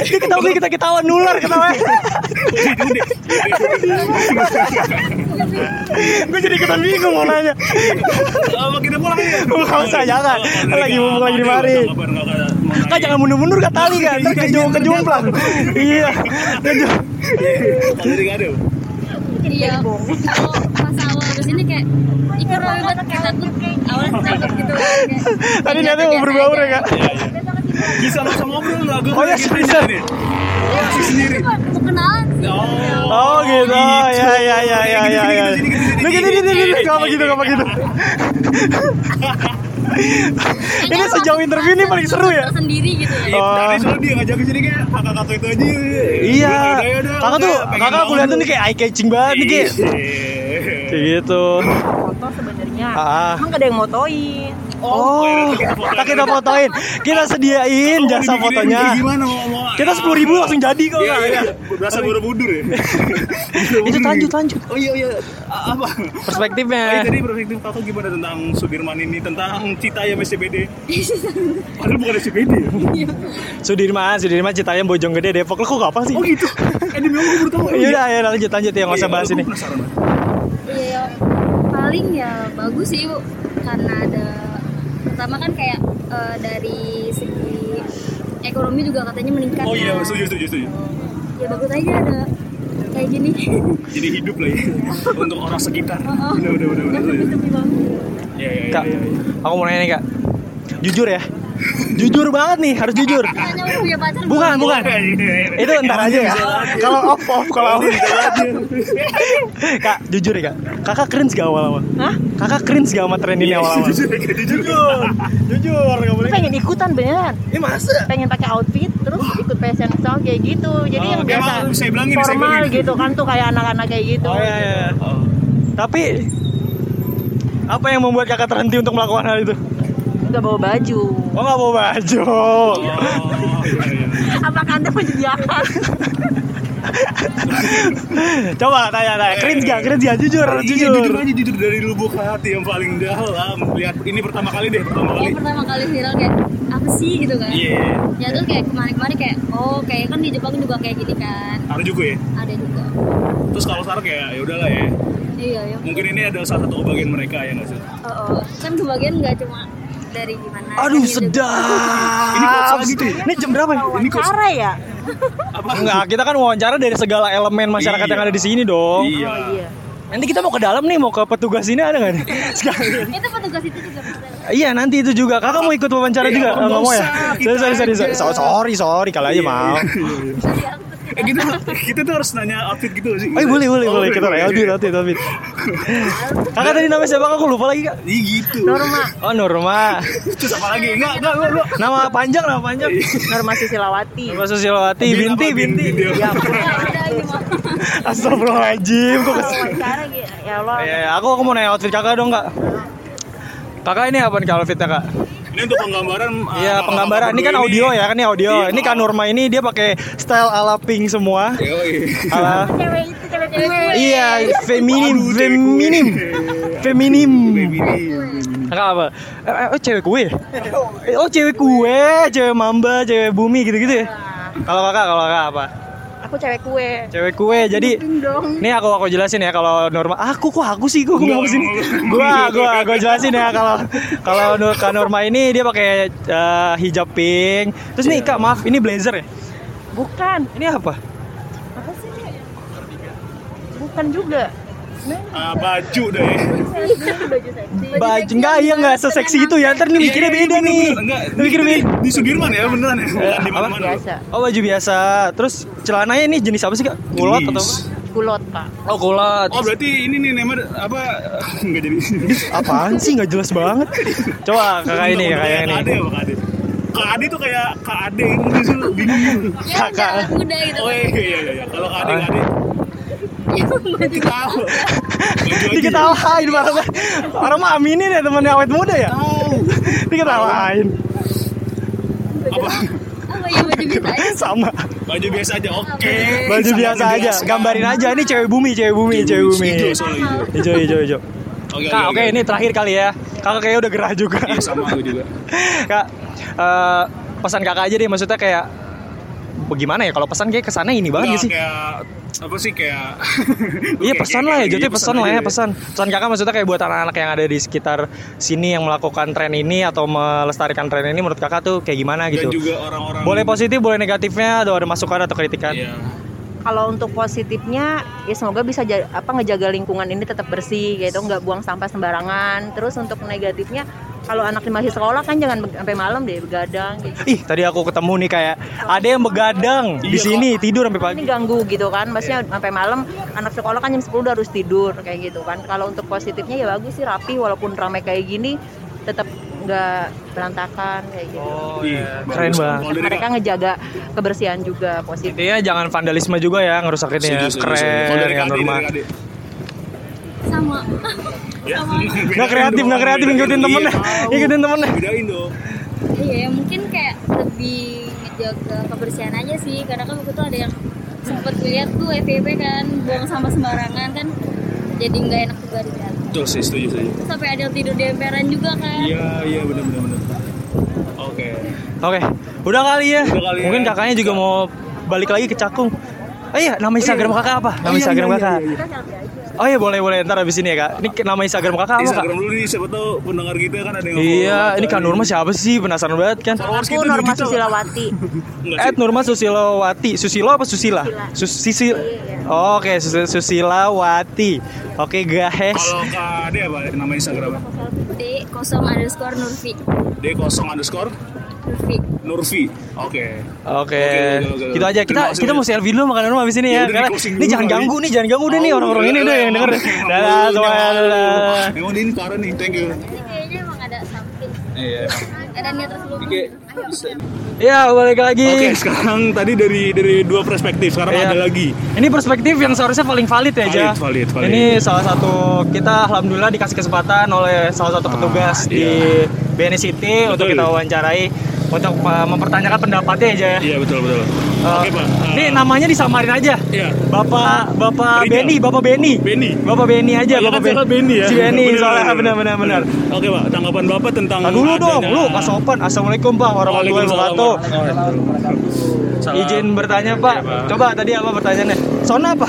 C: Dia ketawa kita ketawa nular [laughs] ketawa. Gue jadi ikutan bingung mau nanya.
B: Apa kita pulang ya?
C: Nggak usah, jangan. Lagi mumpung lagi di mari. Kak jangan mundur-mundur kak tali kak, ntar kejung kejumplang. Iya. Kejung-
B: Kalau dari Kade.
G: iya kalau pas awal kesini kayak ikut banget kita tuh awalnya takut
E: [laughs]
G: gitu kan Kayak,
C: Tadi
G: biasa-biasa
C: niatnya mau berbaur ya
G: aja.
C: kak.
B: Bisa langsung ngobrol lah gue.
C: Oh, iya, bisa.
B: gitu Iya, sendiri.
G: Cuma mau kenalan sih
C: Oh gitu, ya ya ya ya ya ya.
B: Gini, gini, gini, Iya,
C: Lu gini gini gini, gak begitu gak gitu. begitu. Ini sejauh interview ini paling seru ya.
G: sendiri gitu ya
B: Oh.
C: Oh.
B: Tadi soalnya dia ngajak ke sini kayak kakak-kakak itu aja.
C: Iya.
B: Udah, udah, udah,
C: Kakak tuh,
B: udah, pengen
C: kakak aku
B: ngomong.
C: liatin nih kayak eye catching banget nih. Ki.
B: Iya.
C: Kayak gitu.
F: foto sebenarnya
C: Ah.
F: emang gak ada yang motoin
C: Oh, tak kita fotoin. Kita sediain
B: Dipikirin
C: jasa
B: kayak
C: fotonya.
B: Gimana mau mau?
C: Kita sepuluh ribu langsung jadi kok.
B: Iya,
C: Kak.
B: iya. Berasa borobudur ya.
C: Itu [laughs] lanjut lanjut.
B: Oh iya iya. A- Apa? Oh, iya,
C: Perspektifnya.
B: tadi perspektif kakak gimana tentang Sudirman ini tentang cita ya CBD? Padahal bukan CBD ya.
C: Sudirman, Sudirman Citayam Bojonggede Depok. Lu kok gak apa sih?
B: Oh gitu. Eh demi Allah gue baru tahu.
C: Iya, ya lanjut lanjut ya nggak usah
B: Iya,
C: bahas
B: gua
C: ini.
B: penasaran banget.
G: Iya, paling ya bagus sih Bu. karena ada pertama kan kayak eh, dari segi ekonomi juga katanya meningkat.
B: Oh iya,
G: kan.
B: setuju setuju setuju. Iya,
G: Ya bagus aja ada kayak
B: [laughs]
G: gini.
B: Jadi hidup lah ya untuk orang sekitar.
G: Oh, oh.
B: Udah udah udah. udah,
G: Kan
B: udah.
G: sepi-sepi banget.
B: Iya iya iya.
C: Kak,
B: iya.
C: aku mau nanya nih kak. Jujur ya. Jujur banget nih, harus [laughs] jujur.
G: Tanya udah Kan punya pacar
C: Bukan,
G: belum?
C: bukan.
B: Iya,
C: Itu ntar aja ya. Kalau off off kalau off. Kak, jujur ya kak. Kakak cringe gak awal-awal?
F: Hah?
C: Kakak cringe gak sama tren ini awal-awal?
B: Iya, Jujur, jujur.
C: Jujur, gak
F: Lu pengen ikutan beneran
C: Ini masa?
F: pengen pakai outfit terus ikut fashion show kayak gitu jadi
B: Oh,
F: yang
B: oke,
F: biasa
B: maaf, saya bilangin, saya
F: formal
B: bilangin.
F: gitu kan tuh kayak anak-anak kayak gitu
C: Oh iya, iya. Tapi apa yang membuat kakak terhenti untuk melakukan hal itu?
F: nggak bawa baju
C: Oh nggak mau baju.
B: Oh, iya, iya.
F: apakah anda menyediakan
C: Coba tanya tanya. Cringe gak? Cringe gak? Jujur,
B: Iya,
C: jujur.
B: jujur aja jujur dari lubuk hati yang paling dalam. Lihat ini pertama kali deh, pertama kali.
G: Ini pertama kali viral kayak apa sih gitu kan?
B: Iya.
G: Ya terus kayak kemarin-kemarin kayak oh kayak kan di Jepang juga kayak gini kan
B: Ada juga ya.
G: ada juga.
B: Terus kalau sekarang kayak ya udahlah ya.
G: Iya ya.
B: Mungkin ini ada salah satu kebagian mereka ya nggak sih?
G: Oh, oh. kan kebagian nggak cuma dari gimana.
C: Aduh
G: kan dia juga-
C: sedap.
B: Ini kok salah gitu ya?
C: Ini jam berapa? nih? Ini kok- Ah.
F: cara ya
B: Apa?
C: Enggak, kita kan wawancara dari segala elemen masyarakat
B: Iya.
C: yang ada di sini dong.
B: Iya.
F: oh iya
C: Nanti kita mau ke dalam nih, mau ke petugas ini ada nggak nih? Sekalian.
G: itu petugas itu juga pernah.
C: Iya nanti itu juga. Kakak mau ikut wawancara
B: Iya,
C: juga?
B: nggak
C: Nggak mau ya?
B: usah, kita
C: Sorry sorry sorry sorry.
B: aja.
C: So- sorry sorry kalau
B: Iya,
C: aja mau.
B: iya, iya. Eh, kita kita tuh harus nanya outfit gitu nggak sih.
C: Eh boleh boleh
B: Oh,
C: boleh kita
B: boleh.
C: audit audit audit. Kakak tadi namanya siapa? Aku lupa lagi kak.
B: Iya gitu.
F: Norma
C: Oh Norma.
B: Terus apa lagi? Enggak, enggak, enggak, enggak.
C: Nama panjang nama panjang.
F: Norma Susilawati
C: Nama Susilawati binti binti.
B: Iya.
G: Ada gimana?
B: [laughs]
C: Astagfirullahaladzim. Kok kes-
F: wawancara gitu ya Allah
C: Eh, aku aku mau nanya outfit kakak dong kak. Kakak ini apa nih kalau outfitnya kak?
B: Ini untuk penggambaran. ah,
C: Iya
B: kakak-kakak
C: penggambaran. Ini kan
B: berdua
C: audio ya kan ini audio.
B: Iya.
C: Ini kak Norma ini dia pakai style ala pink semua.
B: Yoi.
C: Ala
G: Cewek itu cewek cewek.
C: Iya, feminim,
B: Aduh, cewek
C: feminim, feminim.
B: Baby ini.
C: Kakak apa? Eh, eh, Oh, cewek kue. Eh, Oh, cewek kue, cewek mamba, cewek bumi gitu-gitu ya. Kalau kakak, kalau kakak apa?
F: aku cewek kue
C: Cewek kue. Jadi nih aku aku jelasin ya kalau normal. Aku kok aku sih kok nggak sini. Gua, gua, gua jelasin ya kalau kalau nur kak Norma ini dia pakai eh, hijab pink. Terus nih kak maaf, ini blazer
A: [laughs]
C: ya?
F: bukan
C: Ini apa?
F: apa sih bukan juga
B: Ah, baju deh.
C: Baju enggak iya enggak seseksi itu ya. Ntar nih
B: Iya,
C: mikirnya beda nih.
B: Enggak,
C: Mikirnya beda. Iya,
B: di Sudirman ya beneran ya. Bukan di
C: apa?
B: mana-mana.
F: biasa
C: Oh baju biasa. Terus celananya ini jenis apa sih kak? Kulot atau apa?
B: Jenis
F: Kulot, Pak.
A: Oh kulot.
B: Oh berarti ini nih Neymar apa [laughs] nggak jadi
A: Apaan sih nggak jelas banget. Coba kakak ini kakak yang
B: Kak Ade
A: ini.
B: apa Kak Ade? Kak Ade tuh kayak Kak Ade yang ini tuh bingung.
G: ya udah anak muda gitu
B: Oh iya iya iya, iya kalau Kak Ade Kak Ade
G: ya maju
C: [laughs]
B: tahu. Baju aja.
A: Diketawain banget. Orang mah aminin ya temennya awet muda ya. Diketawain.
B: Apa?
G: apa ya maju gitu aja
A: Sama.
B: Baju biasa aja. Oke.
A: Baju
B: Sangat
A: biasa aja.
B: menjelaskan.
A: Gambarin aja ini cewek bumi, cewek
B: Iya,
A: bumi, cewek bumi.
B: Hijau, soalnya hijau.
A: Hijau, hijau, hijau.
B: Oke,
A: Kak, oke ini terakhir kali ya. Kakak kayaknya udah gerah juga.
B: Iya sama aku juga.
A: [laughs] Kak, eh, pesan kakak aja deh maksudnya kayak bagaimana ya kalau pesan kayak kesannya ini banget
B: Nggak,
A: gak sih.
B: Nah, Kayak apa sih kayak [laughs]
A: Iya pesan lah ya, jadi pesan lah ya
B: pesan. iya,
A: pesan. Pesan kakak maksudnya kayak buat anak-anak yang ada di sekitar sini yang melakukan tren ini atau melestarikan tren ini, menurut kakak tuh kayak gimana
B: Dan
A: gitu?
B: juga orang-orang
A: Boleh positif, boleh negatifnya, atau ada masukan atau kritikan?
B: Iya.
F: Kalau untuk positifnya, ya semoga bisa ja- apa ngejaga lingkungan ini tetap bersih, gitu, nggak buang sampah sembarangan. Terus untuk negatifnya, kalau anak masih sekolah kan jangan be- sampai malam deh begadang. Gitu.
A: Ih tadi aku ketemu nih kayak ada yang begadang di
B: Iya,
A: sini tidur sampai pagi.
F: Ini ganggu gitu kan, maksudnya sampai malam anak sekolah kan jam 10 udah harus tidur kayak gitu kan. Kalau untuk positifnya ya bagus sih rapi, walaupun ramai kayak gini, tetap nggak berantakan kayak gitu.
B: Iya,
A: Keren
B: bagus.
A: banget.
B: Kalau dari
F: mereka ngejaga kebersihan juga positif.
A: Intinya Iya, jangan vandalisme juga ya ngerusak ini ya.
B: Setuju, setuju, setuju.
A: Keren,
B: Kalau dari
A: kan
B: Kak Ade,
A: rumah.
B: dari Kak Ade.
G: sama
B: Ya.
A: Nggak kreatif, nggak kreatif
B: Iya,
A: ngikutin temennya, ngikutin temennya.
B: Bedain dong.
G: iya mungkin kayak lebih ngejaga kebersihan aja sih karena kan waktu itu ada yang sempat lihat tuh FVP kan buang sampah sembarangan kan jadi nggak enak juga dilihat
B: Betul sih, setuju setuju.
G: sampai ada yang tidur di emperan juga kan
B: Iya, iya benar benar benar. Oke.
A: Oke, udah kali ya.
B: Udah kali ya.
A: Mungkin kakaknya juga mau balik lagi ke Cakung. Oh iya, nama Instagram kakak apa? Iya, Nama Instagram kakak. Oh iya boleh boleh ntar abis ini ya kak. Ini ke- nama Instagram kakak apa kak?
B: Instagram dulu nih siapa tahu pendengar kita kan ada yang
A: Iya,
B: follow.
A: ini kan Nurma siapa sih? Penasaran banget kan?
B: Followers
F: Aku
B: kita dua
F: Norma
B: juta. [laughs]
F: Susilawati.
B: Nggak gitu sih.
A: At Nurma Susilowati. Susilo apa Susila? Sus Sisi. Oke, Sus- Susilawati. Oke, guys.
B: Kalau Kak Ade apa ya, nama Instagramnya?
G: D kosong underscore Nurfi
B: D kosong underscore
G: Nurfi
B: Nurfi. Oke.
A: Oke.
B: Oke, oke, oke.
A: Gitu aja.
B: Terima
A: Kita
B: kasih
A: kita mau
B: banyak.
A: selfie dulu makan Nurma abis ini ya.
B: Ya udah,
A: Karena
B: di closing
A: ini
B: dulu
A: jangan
B: kali.
A: ganggu nih, jangan ganggu deh nih
B: Oh,
A: orang-orang ini udah yang denger.
B: emang
A: Dadah,
B: dulu,
A: semuanya.
B: emang dulu.
A: dadah.
B: Emang dia ini parah nih, thank you.
G: ini kayaknya emang ada something
B: Iya.
G: ada niat terselubung
B: Oke.
A: Ya, balik lagi.
B: [laughs] Oke, sekarang tadi dari dari dua perspektif. Sekarang
A: Iya.
B: ada lagi.
A: Ini perspektif yang seharusnya paling valid ya, Ja.
B: Valid, valid, valid.
A: Ini salah satu kita alhamdulillah dikasih kesempatan oleh salah satu petugas di BNI City untuk
B: Ah, iya. Betul.
A: kita wawancarai untuk uh, mempertanyakan pendapatnya aja ya.
B: Iya, betul betul.
A: Uh,
B: Oke, Pak. Uh,
A: Ini namanya disamarin aja.
B: Iya.
A: Bapak Bapak
B: Rijal.
A: Benny, Bapak Benny.
B: Benny.
A: Bapak Benny aja,
B: Iya,
A: Bapak
B: kan saya Benny ya.
A: Si Benny
B: Bener,
A: soalnya
B: bener,
A: benar benar benar.
B: Oke, Pak. Tanggapan Bapak tentang
A: Nah, dulu dong,
B: adanya-
A: lu pas open. Assalamualaikum Pak, warahmatullahi
B: Waalaikumsalam
A: wabarakatuh.
B: warahmatullahi wabarakatuh.
A: Izin bertanya Pak.
B: Iya, Pak.
A: Coba tadi apa pertanyaannya? Sona apa?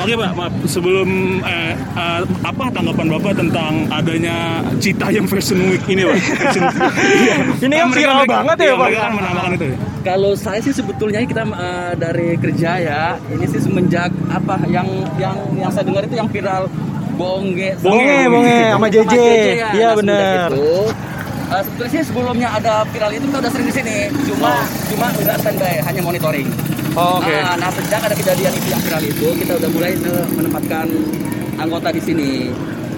B: Oke Pak, maaf. Sebelum eh, eh, apa tanggapan Bapak tentang adanya Citayam Fashion Week ini Pak? Fashion Week. Iya.
A: Ini kan
B: mereka-
A: viral
B: mereka-
A: banget ya,
B: iya,
A: Pak.
B: Mereka kan menamakan itu. ya.
H: Kalau saya sih sebetulnya kita eh, dari kerja ya, ini sih semenjak apa yang yang yang saya dengar itu yang viral Bongge. ya.
A: Bonge, bonge sama JJ. Iya benar.
H: Itu, eh, sebetulnya sih sebelumnya ada viral itu kita udah sering di sini. Cuma cuma nggak standby, hanya monitoring.
A: Oh, Oke.
H: Nah, nah, sejak ada kejadian itu yang viral itu, kita udah mulai eh, menempatkan anggota di sini.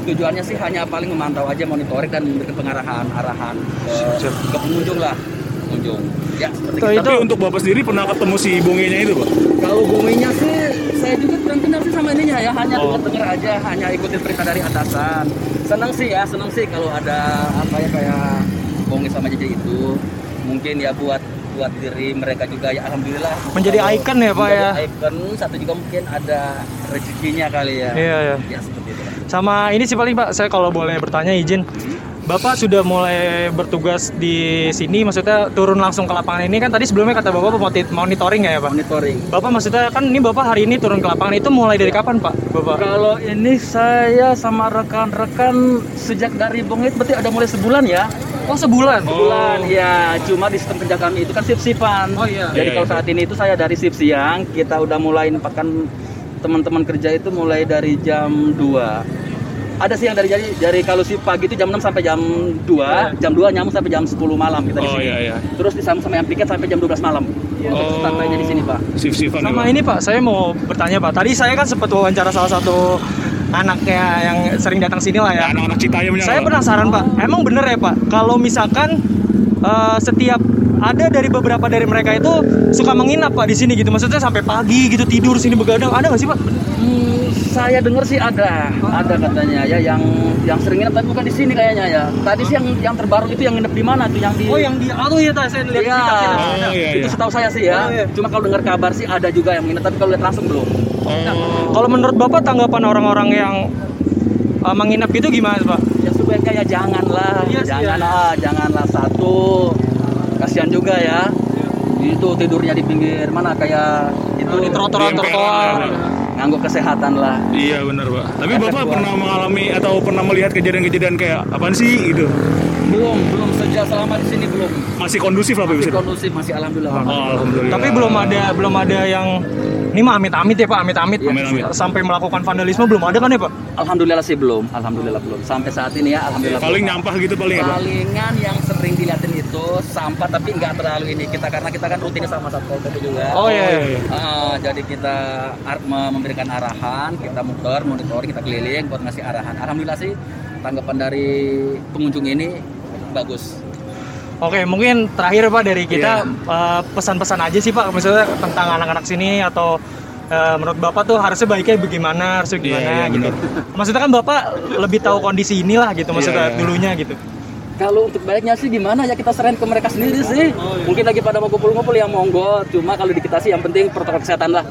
H: Tujuannya sih hanya paling memantau aja monitoring dan memberikan pengarahan arahan eh, ke, pengunjung lah, pengunjung. Ya, seperti
A: Tuh,
H: kita.
B: Tapi untuk Bapak sendiri pernah ketemu si bongenya itu Pak?
H: Kalau bunganya sih saya juga kurang kenal sih sama ininya ya, hanya
A: Oh.
H: dengar-dengar aja, hanya ikutin perintah dari atasan. Senang sih ya, senang sih kalau ada apa ya kayak bonge sama JJ itu. Mungkin ya buat buat diri mereka juga ya alhamdulillah.
A: Menjadi
H: Kalau
A: icon ya, Pak,
H: menjadi
A: ya?
H: Icon satu juga mungkin ada rezekinya kali ya.
A: Iya, iya.
H: Ya seperti itu. Pak.
A: Sama ini sih paling Pak, saya kalau boleh bertanya izin. Bapak sudah mulai bertugas di sini, maksudnya turun langsung ke lapangan ini kan tadi sebelumnya kata Bapak
E: Oh,
A: moti- monitoring ya, ya Pak?
H: Monitoring.
A: Bapak maksudnya kan ini Bapak hari ini turun ke lapangan itu mulai dari kapan Pak? Bapak?
H: Kalau ini saya sama rekan-rekan sejak dari Bongit berarti ada mulai sebulan ya.
A: Oh sebulan?
H: Bulan ya, cuma di sistem kerja kami itu kan sip-sipan.
A: Oh, iya.
H: Jadi
B: Iya,
H: kalau
B: iya.
H: saat ini itu saya dari sip siang, kita udah mulai nempatkan teman-teman kerja itu mulai dari jam 2. ada sih yang dari jadi dari kalau si pagi itu jam 6 sampai jam 2, jam 2 nyamuk sampai jam 10 malam kita di
E: Oh
H: sini.
E: iya iya.
H: Terus di sama sama yang piket sampai jam 12 malam. Terus
E: Oh.
H: sampainya di sini, Iya, Pak.
E: Sif-sifan
C: Sama ini Pak, saya mau bertanya Pak. Tadi saya kan sempat wawancara salah satu anaknya yang sering datang sini lah ya.
E: Ya, anak-anak Citayamnya.
C: Saya
E: Pak.
C: penasaran Pak, emang bener ya Pak, kalau misalkan eh, setiap ada dari beberapa dari mereka itu suka menginap Pak di sini gitu. Maksudnya sampai pagi gitu tidur sini begadang. Ada nggak sih Pak?
H: Hmm, saya dengar sih ada, ada katanya ya yang yang sering nginep tapi bukan di sini kayaknya ya. Tadi sih yang yang terbaru itu yang nginep di mana tuh yang di
C: Oh yang di oh iya tadi saya lihat
H: Iya.
C: di kasir.
E: Oh iya
H: itu
E: iya.
H: setahu saya sih ya.
C: Oh, iya.
H: Cuma kalau dengar kabar sih ada juga yang nginep tapi kalau lihat langsung belum.
C: Kalau menurut Bapak tanggapan orang-orang yang eh, menginap gitu gimana Pak?
H: ya sebaiknya ya janganlah
C: Iya sih,
H: janganlah janganlah satu kasihan juga ya itu tidurnya di pinggir mana kayak itu
C: Di trotoar
E: Di
B: iya,
C: trotoar.
E: emperan, Pak.
H: ngangguk kesehatan lah
E: Iya benar pak. Tapi bapak pernah mengalami atau pernah melihat kejadian-kejadian kayak apaan sih gitu?
H: belum belum sejak selama di sini belum
E: Masih kondusif lah pak bisa.
H: masih kondusif masih alhamdulillah
E: Oh,
B: Iya.
E: alhamdulillah.
C: Tapi belum ada belum ada yang ini mah amit-amit ya Pak, amit-amit.
E: Amit-amit.
C: Sampai melakukan vandalisme belum ada kan ya Pak?
H: alhamdulillah sih belum alhamdulillah belum sampai saat ini ya alhamdulillah
E: Paling
H: belum.
E: nyampah gitu paling ya pak.
H: palingan yang sering diliatin itu sampah tapi nggak terlalu ini kita karena kita kan rutinnya sama satpol pp juga
C: Oh iya.
E: iya.
H: Ah, jadi kita ar- me- memberikan arahan, kita muter, monitoring, kita keliling buat ngasih arahan. Alhamdulillah sih tanggapan dari pengunjung ini bagus.
C: Oke, mungkin terakhir Pak dari kita
E: Iya.
C: eh, pesan-pesan aja sih Pak, misalnya tentang anak-anak sini atau eh, menurut Bapak tuh harusnya baiknya bagaimana, harusnya gimana
E: iya,
C: gitu.
E: benar.
C: Maksudnya kan Bapak lebih tahu kondisi inilah gitu, maksudnya
E: iya.
C: dulunya gitu.
H: Kalau untuk baiknya sih gimana ya kita serahin ke mereka sendiri sih. Mungkin lagi pada mau kumpul-kumpul ya monggo. Cuma kalau di kita sih yang penting protokol kesehatan lah.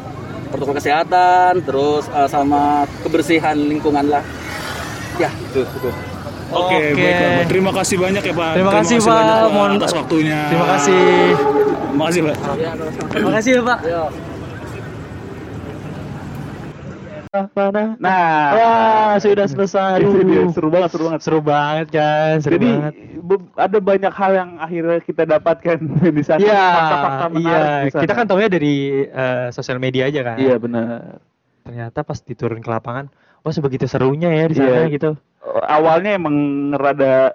H: Protokol kesehatan, terus eh, sama kebersihan lingkungan lah. Ya, itu, itu.
E: Oke,
C: Oke.
E: baik, Pak. Terima kasih banyak ya Pak.
C: Terima kasih, Pak.
E: banyak,
C: Mohon-
E: atas waktunya.
C: Terima kasih.
E: Terima kasih Pak.
C: Terima kasih ya Pak.
A: Mana?
B: Nah,
A: Wah, sudah selesai.
B: [laughs] itu dia.
A: Aduh,
B: seru banget, seru banget.
A: seru banget kan, seru
B: Jadi
A: banget.
B: be- ada banyak hal yang akhirnya kita dapatkan [laughs] di sana.
A: Iya,
B: Fakta-fakta
A: iya.
B: menarik di sana.
A: Kita kan taunya dari eh, sosial media aja kan.
B: Iya benar.
A: Ternyata pas diturun ke lapangan, wah sebegitu serunya ya di sana
B: Iya.
A: gitu.
B: Awalnya emang rada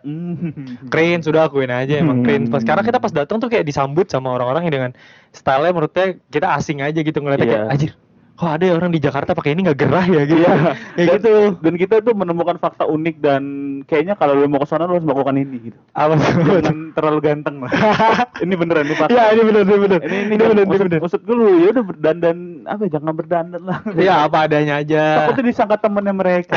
A: Keren sudah akuin aja emang
B: Hmm.
A: keren. Pas karena kita pas datang tuh kayak disambut sama orang-orang yang dengan style menurutnya kita asing aja gitu ngeliatnya
B: Iya.
A: kayak anjir. Kok ada ya orang di Jakarta pakai ini nggak gerah ya gitu.
B: Iya.
A: [laughs] kayak
B: Dan-
A: gitu.
B: Dan kita tuh menemukan fakta unik dan kayaknya kalau lu mau ke sana lu harus melakukan ini gitu.
A: Apa tuh?
B: Jangan terlalu ganteng lah.
A: [laughs]
B: ini beneran ini fakta.
A: Iya, ini benar ini benar.
B: Ini ini,
A: Ini benar ini
B: maksud,
A: benar.
B: maksud gue lu ya udah berdandan apa ya, jangan berdandan lah.
A: Iya, apa adanya aja.
B: Takutnya disangka temennya
A: [laughs]
B: mereka.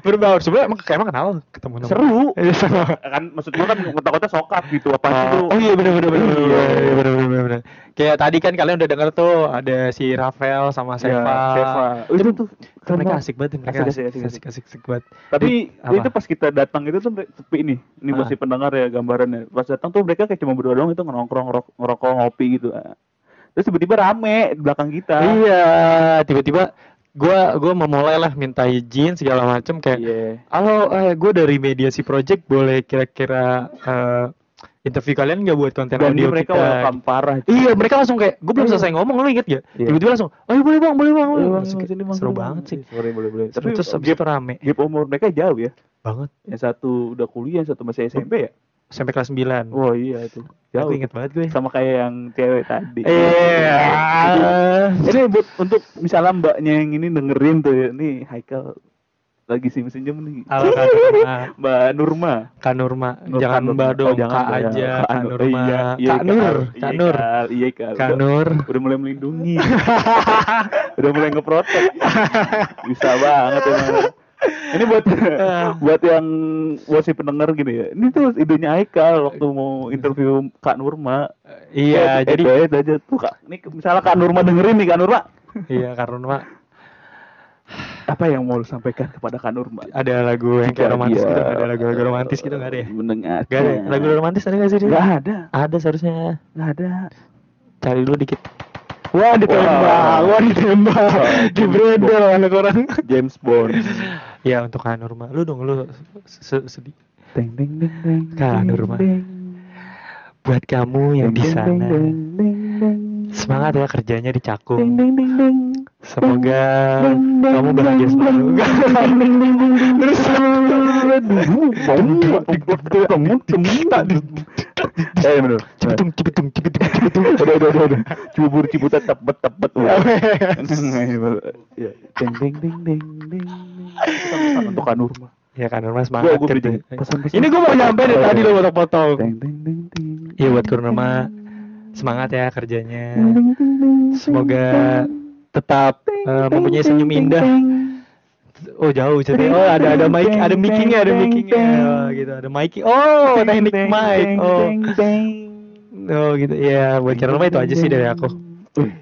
A: Berbaur sebenarnya emang emang kenal ketemu nama.
B: Seru.
A: Iya, seru.
B: kan maksud gua kan takutnya sokat gitu apa sih lu?
A: Oh iya benar benar benar.
B: Iya.
A: Iya, iya benar benar benar, benar. Kayak tadi kan kalian udah denger tuh ada si Rafael sama Seva.
B: Iya, Seva. Ya, Oh, Itu tuh
A: Itu mereka
B: keren
A: asik banget, mereka
B: Asik,
A: asik
B: asik,
A: asik, asik, asik banget.
B: Tapi
A: Di- apa?
B: itu pas kita datang itu tuh mere- sepi nih. Ini buat
A: Ah.
B: si pendengar ya gambarannya. Pas datang tuh mereka kayak cuma berdua doang itu nongkrong ngerok- ngerokok ngopi gitu. Ah. Terus tiba-tiba rame di belakang kita.
A: Iya, tiba-tiba gua gua memulai lah minta izin segala macem kayak
B: Iya.
A: Halo, eh, gue dari Mediasi Project boleh kira-kira eh, interview kalian nggak buat konten
B: Dan
A: audio
B: mereka
A: kita?
B: welcome parah.
A: Iya, mereka langsung kayak gue belum
B: Iya.
A: selesai ngomong, lu inget gak?
B: Iya.
A: Tiba-tiba langsung, oh iya boleh bang, boleh bang, boleh.
B: Boleh, Bang,
A: Langsung
B: Bang,
A: kayak,
B: sini, Bang,
A: seru
B: sini, Bang. Iya,
A: banget sih.
B: Boleh, boleh, boleh.
A: Seru,
B: Tapi
A: terus abis
B: gap,
A: itu rame
B: gap umur mereka jauh ya.
A: banget
B: Yang satu udah kuliah, yang satu masih SMP ya.
A: sampai kelas 9
B: Wah iya itu. Jauh.
A: Aku inget banget gue. Iya.
B: Sama kayak yang cewek tadi.
A: Eh,
B: Ini buat untuk misalnya mbaknya yang ini dengerin tuh ya, nih Haikal lagi sih mesin jam nih.
A: Halo Kak Nurma,
B: Mbak Nurma.
A: Kak Nurma,
B: Nur-
A: jangan
B: Nur-
A: Mbak
B: oh,
A: dong,
B: jangan
A: Kak
B: Mbak, ya.
A: aja, Kak
B: Nur-
A: Nurma,
B: iya, iya,
A: Kak Nur, Kak
B: Iya,
A: Nur,
B: Kal, Iya Kal.
A: Kak
B: Udah-
A: Nur.
B: Udah mulai
A: [laughs]
B: melindungi. udah mulai ngeprotek. Bisa banget emang. Ini buat [laughs] buat yang buat si pendengar gini ya. Ini tuh idenya Aikal waktu mau interview Kak Nurma.
A: [laughs] Iya, jadi
B: edit aja tuh Kak. Ini misalnya Kak Nurma dengerin nih Kak Nurma.
A: iya Kak Nurma
B: Apa yang mau lu sampaikan kepada Kak Nurma?
A: ada lagu yang kayak
B: Iya,
A: romantis
B: iya.
A: gitu, nggak ada lagu-lagu romantis gitu nggak ada ya?
B: Mendengar.
A: Gak ada, ya? lagu romantis ada gak sih? Dia?
B: Gak ada,
A: Ada seharusnya,
B: gak ada.
A: cari dulu dikit. Wah ditembak,
B: Wah.
A: wah ditembak, [laughs] dibredel anak orang.
B: James Bond.
A: Ya untuk Kak Nurma, lu dong lu se- sedih.
B: Deng deng deng deng.
A: Kak Nurma. Buat kamu yang di sana, semangat ya kerjanya di Cakung.
B: ding ding ding.
A: Semoga kamu bahagia selalu. Terus [laughs]
B: Eh bener.
A: cipetung cipetung cipetung cipetung.
B: Udah udah udah. udah. Cibubur cibutet tebet tebet. Wah. Ya. Ding ding ding ding ding. Pesan-pesan Untuk Anur.
A: Ya kan Norma semangat
B: Gua- gua
A: kerja.
B: bikin pesan-pesan.
A: Ini gue mau nyampe dari
B: Oh,
A: tadi
B: iya.
A: lo potong-potong.
B: Ding ding ding ding.
A: Iya buat Kurnorma semangat ya kerjanya. Semoga tetap eh, mempunyai senyum indah. Oh jauh ceritanya. Oh ada ada mic, ada micingnya, ada micingnya. Oh, gitu ada mic. Oh teknik mic. Oh, oh gitu. Iya buat Kurnorma itu aja sih dari aku.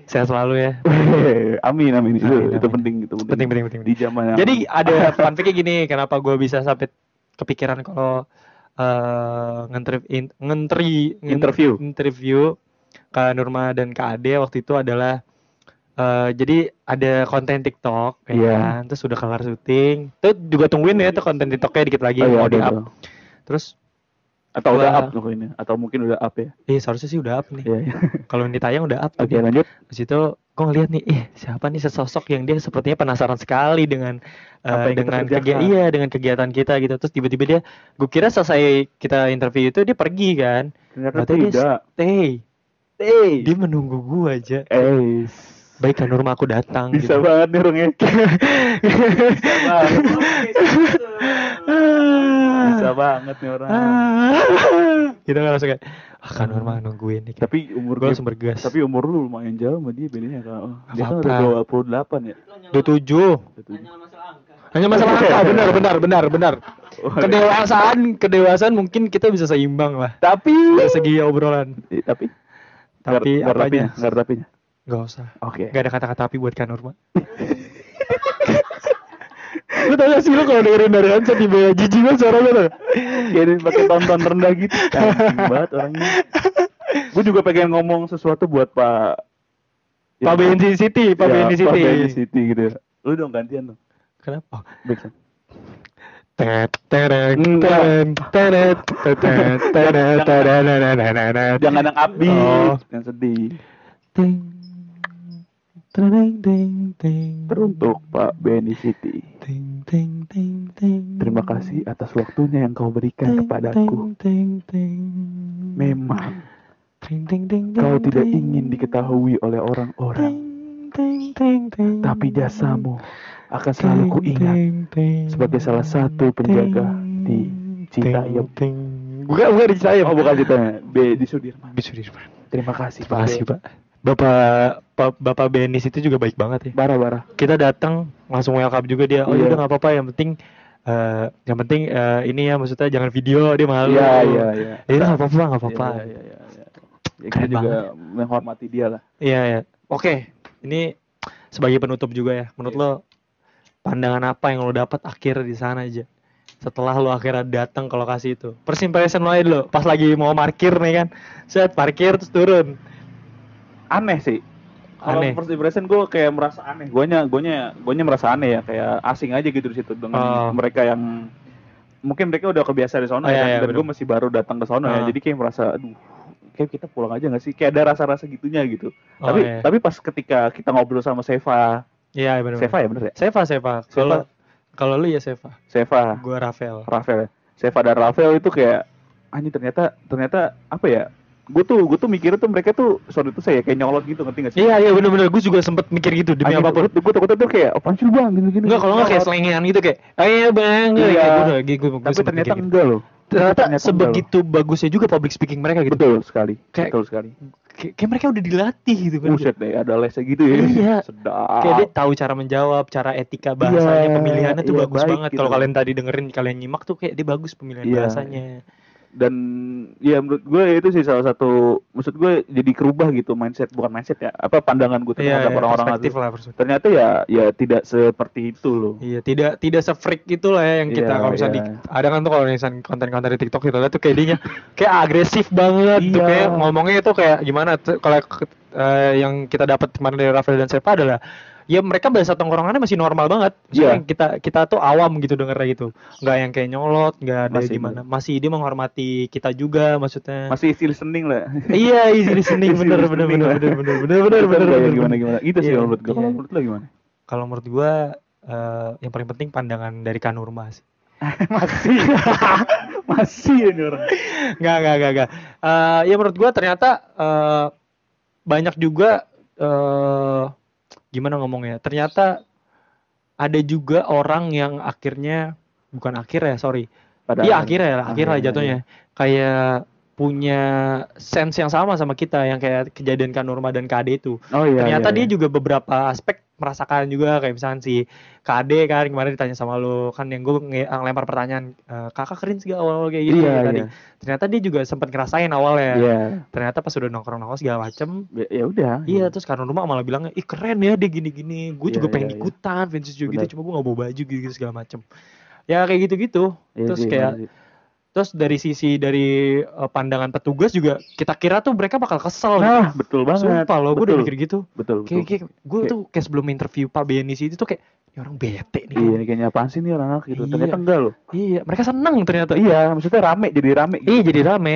A: Sehat selalu ya.
B: Weh, Amin amin. Itu,
A: Amin,
B: itu
A: amin.
B: penting gitu. itu
A: Nah, Penting, penting, penting.
B: Di zaman yang-
A: Jadi
B: [laughs]
A: ada fun fact-nya gini, kenapa gue bisa sampai kepikiran kalau eh ngentri in- ngentri ngen-
B: Interview.
A: interview ke Nurma dan ke Ade waktu itu adalah eh jadi ada konten TikTok ya
B: Iya.
A: kan? terus udah kelar syuting. Tuh juga tungguin ya tuh konten TikToknya dikit lagi
B: Oh, iya,
A: mau di
B: ada
A: up.
B: tuh.
A: Terus
B: atau udah
A: Wah.
B: up pokoknya atau mungkin udah up ya.
A: eh seharusnya sih udah up nih.
B: Iya. iya.
A: [laughs] Kalau ini tayang udah up.
B: Oke, lanjut.
A: Terus itu gue ngeliat nih, eh siapa nih sesosok yang dia sepertinya penasaran sekali dengan eh,
B: Apa yang kita
A: dengan
B: kerjakan.
A: kegiatan iya dengan kegiatan kita gitu. Terus tiba-tiba dia, gue kira selesai kita interview itu dia pergi kan.
B: Ternyata
A: Berarti dia
B: tidak.
A: stay,
B: Eh.
A: dia menunggu gue aja.
B: Eh.
A: Baik kan Nurma aku datang.
B: Bisa
A: [laughs] gitu.
B: banget nih Rung ya. Bisa banget.
A: [laughs]
B: Bisa banget nih
A: Ah,
B: orang.
A: Kita kan langsung kayak, ah kan Nurma nungguin nih.
B: Tapi umur
A: gue
B: dia,
A: langsung bergas.
B: tapi umur lu lumayan jauh sama dia bedanya kan. Oh, dia kan
A: Apa-apa.
B: udah 28 ya.
A: 27 hanya masalah angka benar benar benar benar kedewasaan kedewasaan mungkin kita bisa seimbang lah
B: Tapi
A: dari segi obrolan
B: Eh, tapi
A: tapi
B: nggak ada
A: apanya?
B: tapinya, nggak ada tapinya.
A: nggak usah
B: Oke.
A: nggak ada kata-kata tapi buat kan
B: [laughs]
A: Norma lu tau gak sih lu kalau dengerin dari handset tiba ya jijik banget suaranya tuh
B: Kayak dia pakai tonton rendah gitu.
A: [laughs]
B: Kacau banget orangnya. Gue juga pengen ngomong sesuatu buat Pak
A: Pak Benji City Pak Benji
B: Ya. Pak
A: City
B: Benny City gitu. ya. Lu dong gantian dong.
A: kenapa
B: Back sound.
A: Tet, teret,
B: Enggak.
A: teret, teret, teret, teret, teret,
B: Jangan yang
A: Oh.
B: upbeat, yang sedih.
A: Ting, tering, ting, ting.
B: Teruntuk Pak Benny City.
A: Ting, ting, ting, ting.
B: Terima kasih atas waktunya yang kau berikan kepadaku.
A: Ting, ting, ting.
B: Memang
A: Ting, ting, ting, ting,
B: kau tidak
A: ting.
B: ingin diketahui oleh orang-orang,
A: Ting, ting, ting, ting.
B: tapi jasamu akan selalu
A: Ting,
B: kuingat
A: ting, ting.
B: sebagai salah satu penjaga
A: Ting,
B: di Citayam.
A: Ting, ting. Bukan, bukan di Citayam.
B: Oh
A: [laughs]
B: bukan Citayam, B di Sudirman.
A: Di Sudirman.
B: Terima kasih
A: Terima kasih, Pak. Bapak Pak- Bapak Benis itu juga baik banget ya.
B: Bara-bara.
A: kita datang langsung welcome juga dia oh
B: Iya.
A: ya udah nggak apa-apa yang penting eh yang penting eh, ini ya maksudnya jangan video dia malu
B: Iya iya iya.
A: ya udah nggak apa-apa nggak apa-apa
B: Iya, iya, iya, iya. Ya, kita
A: Keren
B: juga menghormati dia lah.
A: iya iya oke ini sebagai penutup juga ya menurut
B: Iya.
A: lo pandangan apa yang lo dapat akhir di sana aja setelah lo akhirnya datang ke lokasi itu first impression lo aja dulu pas lagi mau parkir nih kan set parkir terus turun
B: Aneh sih. Kalau
A: Aneh.
B: first impression gue kayak merasa aneh. Guanya, guanya, guanya merasa aneh ya. Kayak asing aja gitu di situ
A: Oh.
B: dengan mereka yang mungkin mereka udah kebiasaan di sana
A: Oh,
B: ya,
A: iya,
B: kan?
A: iya,
B: dan
A: bener.
B: gue masih baru datang ke sana ya.
A: Ah.
B: Jadi kayak merasa, aduh, kayak kita pulang aja nggak sih? Kayak ada rasa-rasa gitunya gitu.
A: Oh,
B: tapi,
A: iya.
B: tapi pas ketika kita ngobrol sama Seva,
A: iya benar
B: Seva ya bener ya?
A: Seva Seva kalau kalau lu ya Seva
B: Seva,
A: gua Rafael
B: Rafael. Seva dan Rafael itu kayak, anjir ternyata, ternyata apa ya? Gue tuh, gue tuh mikirnya tuh mereka tuh, sorry tuh saya kayak nyolot gitu ngerti nggak sih?
A: Iya iya benar-benar gue juga sempet mikir gitu demi apapun.
B: Gue takutnya tuh kayak, apaan sih lu, bang? Gini-gini.
A: Enggak kalau enggak kayak
B: Nyolot.
A: selengean gitu kayak ayo bang
B: Iya.
A: kayak gue udah gue gue
B: Tapi
A: sempet
B: ternyata
A: mikir gitu.
B: enggak loh.
A: ternyata
B: enggak
A: sebegitu bagusnya juga public speaking mereka gitu
B: Betul sekali.
A: Kayak-
B: Betul sekali.
A: kayak, kayak mereka udah dilatih gitu kan
B: Buset deh, ada lesnya gitu ya. [laughs]
A: Iya.
B: Sedap.
A: kayak dia tahu cara menjawab cara etika bahasanya
B: Iya,
A: pemilihannya tuh
B: iya,
A: bagus
B: baik
A: banget
B: gitu.
A: kalau kalian tadi dengerin kalian nyimak tuh kayak dia bagus pemilihan
B: Iya.
A: bahasanya
B: Dan ya menurut gue itu sih salah satu maksud gue jadi kerubah gitu mindset bukan mindset ya apa pandangan gue
A: iya
B: terhadap
A: iya,
B: orang-orang
A: perspektif
B: itu.
A: lah perspektif
B: Ternyata ya ya tidak seperti itu loh.
A: Iya, tidak tidak sefreak itulah ya yang kita
B: Iya,
A: kalau misalnya
B: iya.
A: di- ada kan tuh kalau misalnya konten-konten di TikTok kita lihat tuh kayak dianya kayak agresif banget tuh
B: Iya.
A: kayak ngomongnya tuh kayak gimana tuh kalau ke- eh, yang kita dapat kemarin dari Rafael dan Sepa adalah ya mereka bahasa tongkrongannya masih normal banget. Maksudnya
B: Iya.
A: yang kita kita tuh awam gitu dengernya gitu. Nggak yang kayak nyolot, nggak ada
B: Masih
A: gimana. Masih dia menghormati kita juga maksudnya.
B: Masih still listening lah.
A: Iya, easy listening
B: Easy
A: bener bener
B: [laughs]
A: bener
B: listening lah.
A: bener bener bener bener
B: Bener
A: bener
B: bener
A: bener
B: gimana gimana. Gitu sih
A: Iya,
B: kalau menurut gue. Kalau
A: iya.
B: menurut lo gimana? [laughs]
A: kalau menurut gua eh, yang paling penting pandangan dari Kanurma sih.
B: masih masih ini orang
A: Nggak, nggak, nggak, nggak. Eh, ya menurut gua ternyata eh, banyak juga eh gimana ngomongnya? Ternyata ada juga orang yang akhirnya bukan akhir ya, sorry.
B: Padahal- iya.
A: Iya akhirnya, lah, akhirnya lah
B: Akhirnya,
A: jatuhnya. Kayak punya sense yang sama sama kita yang kayak kejadian Kak Norma dan KD itu.
B: oh iya
A: Ternyata
B: iya,
A: dia juga beberapa aspek merasakan juga kayak misalnya si KD kan kemarin ditanya sama lo kan yang gue nge- ngelempar pertanyaan "Eh, kakak keren sih gak awal-awal kayak gitu
B: iya
A: ya
B: iya
A: tadi. Ternyata dia juga sempat ngerasain awalnya.
B: iya
A: Ternyata pas udah nongkrong-nongkrong segala macem
B: Ya- ya udah
A: Iya, terus karena rumah malah bilangnya, ih keren ya dia gini-gini. Gue
B: Iya,
A: juga pengen
B: iya, iya.
A: ikutan, Vinci juga
B: Benar.
A: gitu, cuma gue gak bawa baju gitu, segala macem. Ya kayak gitu-gitu.
B: Iya
A: terus
B: sih,
A: kayak,
B: iya sih.
A: terus dari sisi dari eh, pandangan petugas juga, kita kira tuh mereka bakal kesel. gitu.
B: nah betul banget
A: Sumpah loh, gue udah
B: Betul,
A: mikir gitu.
B: betul betul
A: Kayak, kayak gue tuh kayak sebelum interview Pak Benny sih itu tuh kayak, ini orang bete nih.
B: iya ini kayaknya apaan sih nih orang gitu
A: Iya.
B: ternyata enggak loh
A: Iya, mereka seneng ternyata.
B: iya maksudnya rame jadi rame gitu.
A: Iya, jadi rame.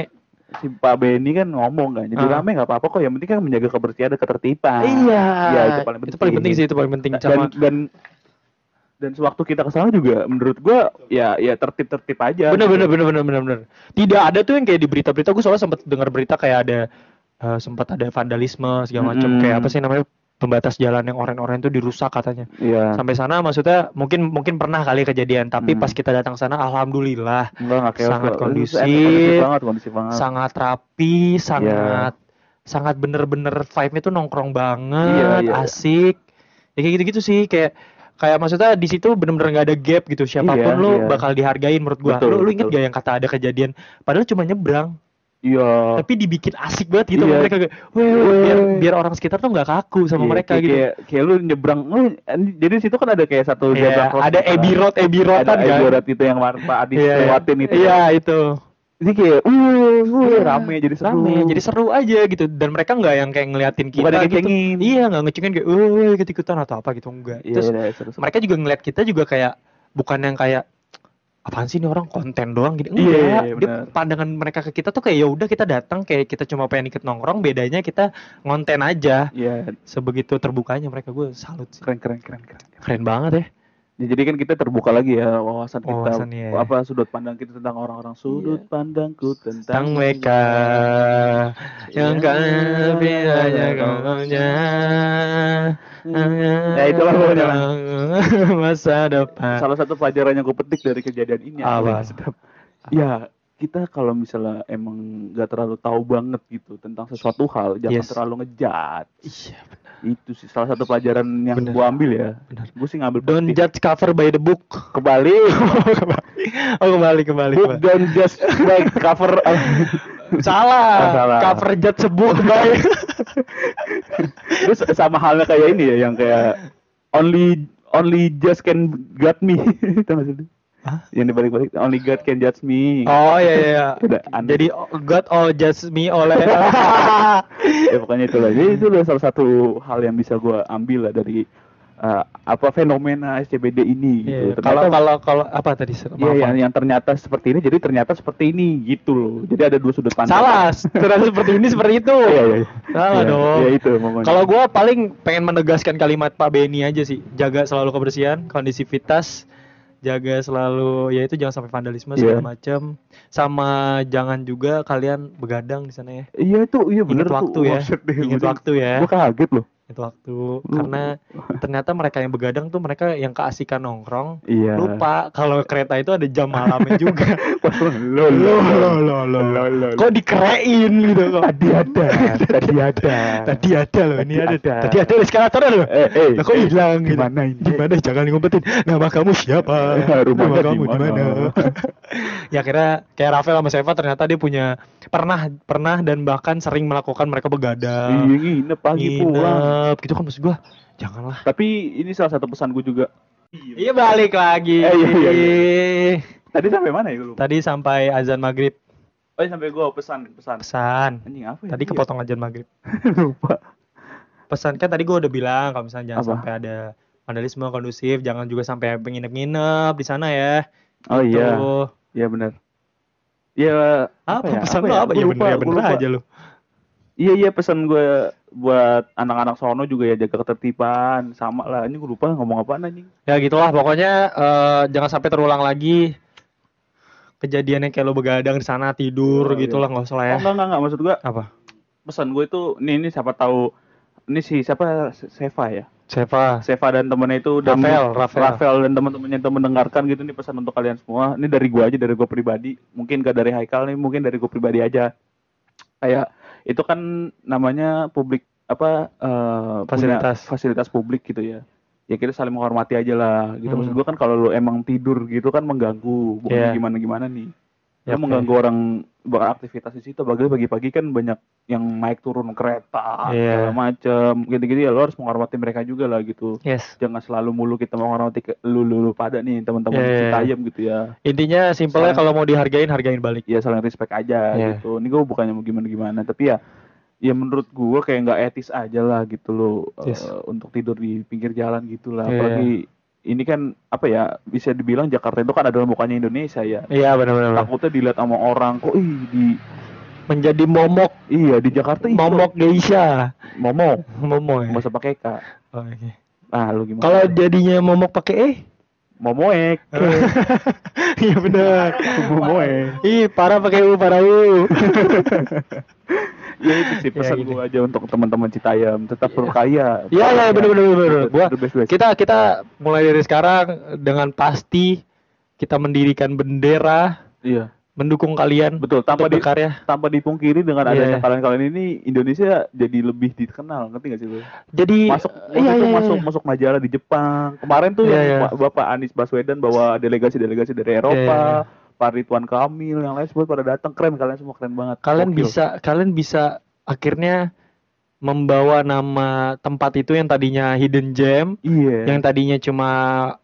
B: si Pak Benny kan ngomong kan jadi
A: Ah.
B: rame nggak apa-apa kok yang penting kan menjaga kebersihan dan ketertiban
A: Iya,
B: Iya, itu paling
A: Itu paling penting
B: penting
A: sih, itu paling penting.
B: dan
A: Sama,
B: dan dan sewaktu kita ke sana juga menurut gua ya ya tertib-tertib aja
A: Bener bener bener bener bener bener. Tidak ada tuh yang kayak di berita-berita gue soalnya sempat dengar berita kayak ada eh, sempat ada vandalisme segala macam
B: Mm-mm.
A: kayak apa sih namanya pembatas jalan yang oren-oren itu dirusak katanya.
B: iya
A: Sampai sana maksudnya mungkin mungkin pernah kali kejadian tapi
B: Mm.
A: pas kita datang sana alhamdulillah
B: enggak enggak chaos
A: sangat
B: kok. Itu
A: kondusif.
B: enak, kondusif banget kondusif banget Iya.
A: sangat rapi, sangat sangat bener-bener vibe-nya tuh nongkrong banget,
B: Iya, iya.
A: asik. Ya kayak gitu-gitu sih kayak kayak maksudnya di situ bener-bener nggak ada gap gitu siapapun
B: Iya,
A: lu
B: iya.
A: bakal dihargain menurut gua.
B: Betul,
A: lu, lu inget
B: betul.
A: gak yang kata ada kejadian padahal cuma nyebrang
B: iya
A: tapi dibikin asik banget gitu sama
B: Iya.
A: mereka kayak, "Weh, weh,"
B: Weh.
A: biar biar orang sekitar tuh nggak kaku sama
B: Iya,
A: mereka
B: kayak,
A: gitu.
B: kayak, kayak lu nyebrang "Oh, lu jadi situ kan ada kayak satu
A: Iya,
B: zebra cross
A: ada
B: gitu kan.
A: Abbey Road, Abbey Roadan
B: ada
A: kan.
B: Ebirat itu yang Mar- Pak Adi
A: Iya, iya.
B: lewatin itu
A: Iya, itu.
B: jadi kayak uh,
A: Iya.
B: rame jadi seru
A: Rame, jadi seru aja gitu dan mereka nggak yang kayak ngeliatin kita
B: Bukan
A: gitu.
B: ngecengin.
A: Iya, nggak ngecengin kayak "Weh, ikut-ikutan atau apa gitu enggak.
B: iya
A: Terus
B: iya, seru seru
A: mereka juga ngeliat kita juga kayak bukan yang kayak apaan sih ini orang konten doang gitu.
B: Iya,
A: Enggak,
B: iya,
A: dia
B: benar.
A: pandangan mereka ke kita tuh kayak ya udah kita datang kayak kita cuma pengen ikut nongkrong, bedanya kita ngonten aja.
B: iya
A: Sebegitu terbukanya mereka gue salut sih.
B: keren keren keren keren
A: Keren banget ya.
B: Ya, jadi kan kita terbuka lagi ya wawasan kita
A: Wawasan, iya.
B: apa sudut pandang kita tentang orang-orang sudut pandangku
A: Tentang
B: tentang
A: mereka yang
B: Iya.
A: kan bedanya kawannya.
B: Ya, itulah pokoknya, Bang.
A: masa depan.
B: salah satu pelajaran yang gue petik dari kejadian ini
A: Apa?
B: adalah, ya kita kalau misalnya emang nggak terlalu tahu banget gitu tentang sesuatu hal jangan
A: Yes.
B: terlalu ngejat
A: Iya, benar.
B: itu sih salah satu pelajaran yang
A: Bener.
B: gue ambil ya
A: Bener.
B: gue sih ngambil
A: Don't
B: positif.
A: judge cover by the book.
B: kembali
A: [laughs] oh kembali oh kembali kembali,
B: book
A: kembali.
B: don't just by cover
A: [laughs] salah.
B: Oh, salah.
A: cover jat sebut baik
B: [laughs] terus sama halnya kayak ini ya yang kayak only only just can got me [laughs] Tau nggak sih lu?
A: Hah?
B: yang dibalik-balik only God can judge me
A: oh iya iya
B: Udah, aneh.
A: jadi God all just me oleh
B: [laughs] ya pokoknya itu lah jadi itu lah salah satu hal yang bisa gua ambil lah dari eh, apa fenomena SCBD ini
A: Iya,
B: gitu.
A: kalau
B: Ternyata-
A: kalau kalau apa tadi Sir?
B: Iya,
A: Maaf,
B: yang, yang ternyata seperti ini jadi ternyata seperti ini gitu loh jadi ada dua sudut
A: maaf.
B: pandang
A: salah terus seperti ini seperti itu
B: Iya, iya, iya.
A: salah
B: Iya,
A: dong
B: iya, itu momennya.
A: kalau gua paling pengen menegaskan kalimat Pak Benny aja sih jaga selalu kebersihan kondisivitas jaga selalu ya itu jangan sampai vandalisme segala
B: Iya.
A: macam sama jangan juga kalian begadang di sana ya
B: iya itu iya bener
A: Ingat waktu ya. Ingat
B: ingat
A: waktu ya.
B: gua kaget loh Mm.
A: itu waktu karena ternyata mereka yang begadang tuh mereka yang keasikan nongkrong
B: Iya.
A: lupa kalau kereta itu ada jam malamnya juga
B: [laughs] Wah,
A: lo
B: lo lo
A: lo lo lo
B: lo, lo, lo.
A: kok dikerein gitu kok
B: tadi ada tadi ada
A: tadi ada loh ini ada
B: Tadi ada.
A: tadi ada eskalatornya loh
B: Eh, eh,
A: Lah, kok
B: eh,
A: hilang gitu?
B: gimana ini?
A: Gimana? jangan ngumpetin nama kamu [laughs] siapa
B: Rumahnya
A: nama kamu di
B: di
A: mana
B: mana?
A: [laughs] ya kira kayak Rafael sama Seva ternyata dia punya pernah pernah dan bahkan sering melakukan mereka begadang
B: iya nginep pagi pulang
A: nginep gitu kan maksud gua janganlah
B: tapi ini salah satu pesan gua juga
A: Iya balik lagi.
B: Eh, iya, iya, tadi sampai mana ya lu
A: Tadi sampai azan maghrib
B: oh sampai gua pesan pesan Oh,
A: pesan.
B: anjing apa ya
A: Tadi kepotong azan maghrib.
B: [laughs] lupa
A: Pesan kan tadi gua udah bilang kalau misalnya jangan
B: Apa?
A: sampai ada vandalisme kondusif, jangan juga sampai penginep-nginep di sana ya.
B: oh iya
A: Tuh.
B: Iya benar. Ya
A: Apa, pesan lo apa?
B: Gua
A: Ya
B: lupa,
A: bener ya
B: gua
A: bener
B: lupa.
A: aja lo.
B: Iya iya pesan gue buat anak-anak sono juga ya jaga ketertiban sama lah ini gue lupa ngomong apaan anjing
A: Ya gitulah pokoknya eh, jangan sampai terulang lagi kejadiannya kayak lo begadang di sana tidur
B: Oh,
A: gitu
B: iya.
A: lah nggak usah lah
B: oh,
A: ya.
B: enggak enggak enggak maksud gue
A: Apa?
B: pesan gue itu nih ini siapa tahu ini si siapa Se- Seva ya
A: Seva.
B: Seva dan temennya itu dan
A: Rafael, Rafael.
B: dan teman-temannya itu mendengarkan gitu nih pesan untuk kalian semua ini dari gue aja dari gue pribadi mungkin gak dari Haikal nih mungkin dari gue pribadi aja kayak itu kan namanya publik apa eh, punya
A: Fasilitas.
B: fasilitas publik gitu ya ya kita saling menghormati aja lah gitu maksud
A: Hmm.
B: gue kan kalau lu emang tidur gitu kan mengganggu bukan
A: Iya.
B: gimana gimana nih
A: Ya,
B: ya
A: oke.
B: mengganggu orang beraktivitas di situ bagi pagi-pagi kan banyak yang naik turun kereta
A: Iya.
B: segala macem gitu-gitu ya lo harus menghormati mereka juga lah gitu
A: Yes.
B: jangan selalu mulu kita menghormati ke- lu lu, lu pada nih teman-teman
A: Iya, iya,
B: kita
A: iya.
B: ayam gitu ya
A: Intinya simpelnya
B: Soalnya-
A: kalau mau dihargain hargain balik.
B: ya saling respect aja
A: Iya.
B: gitu ini gue bukannya mau gimana gimana tapi ya ya menurut gue kayak nggak etis aja lah gitu lo eh,
A: Yes.
B: untuk tidur di pinggir jalan gitu lah
A: Iya.
B: apalagi ini kan apa ya bisa dibilang Jakarta itu kan adalah mukanya Indonesia ya
A: Iya benar-benar.
B: takutnya dilihat sama orang kok ih di
A: Menjadi momok
B: iya di Jakarta itu
A: momok geisha.
B: momok
A: Momo ya.
B: nggak usah pakai kak
A: Oh, oke.
B: ah lu gimana
A: Kalau jadinya momok pakai eh.
B: momoek
A: Ah. [laughs] Iya benar.
B: momoek
A: Ih, parah pakai u, parah [laughs] u.
B: ya itu sih
A: Ya,
B: pesan
A: gitu.
B: gua aja untuk teman-teman Citayam tetap berkaya
A: Iya, iya, bener, bener, bener, bener. Gua,
B: The best, best.
A: kita kita mulai dari sekarang dengan pasti kita mendirikan bendera
B: iya
A: mendukung kalian
B: betul tanpa
A: untuk
B: di
A: berkarya.
B: tanpa dipungkiri dengan
A: Iya.
B: adanya kalian-kalian ini Indonesia jadi lebih dikenal ngerti gak sih lu?
A: Jadi
B: masuk
A: iya,
B: waktu itu
A: iya,
B: masuk
A: iya.
B: masuk majalah di Jepang kemarin tuh
A: Iya,
B: yang
A: iya.
B: Ba- Bapak Anies Baswedan bawa delegasi-delegasi
A: Iya,
B: dari
A: iya.
B: Eropa Pak Ridwan Kamil yang lain semua pada datang keren kalian semua keren banget
A: kalian
B: Gokil.
A: bisa kalian bisa akhirnya membawa nama tempat itu yang tadinya hidden gem,
B: iya
A: yang tadinya cuma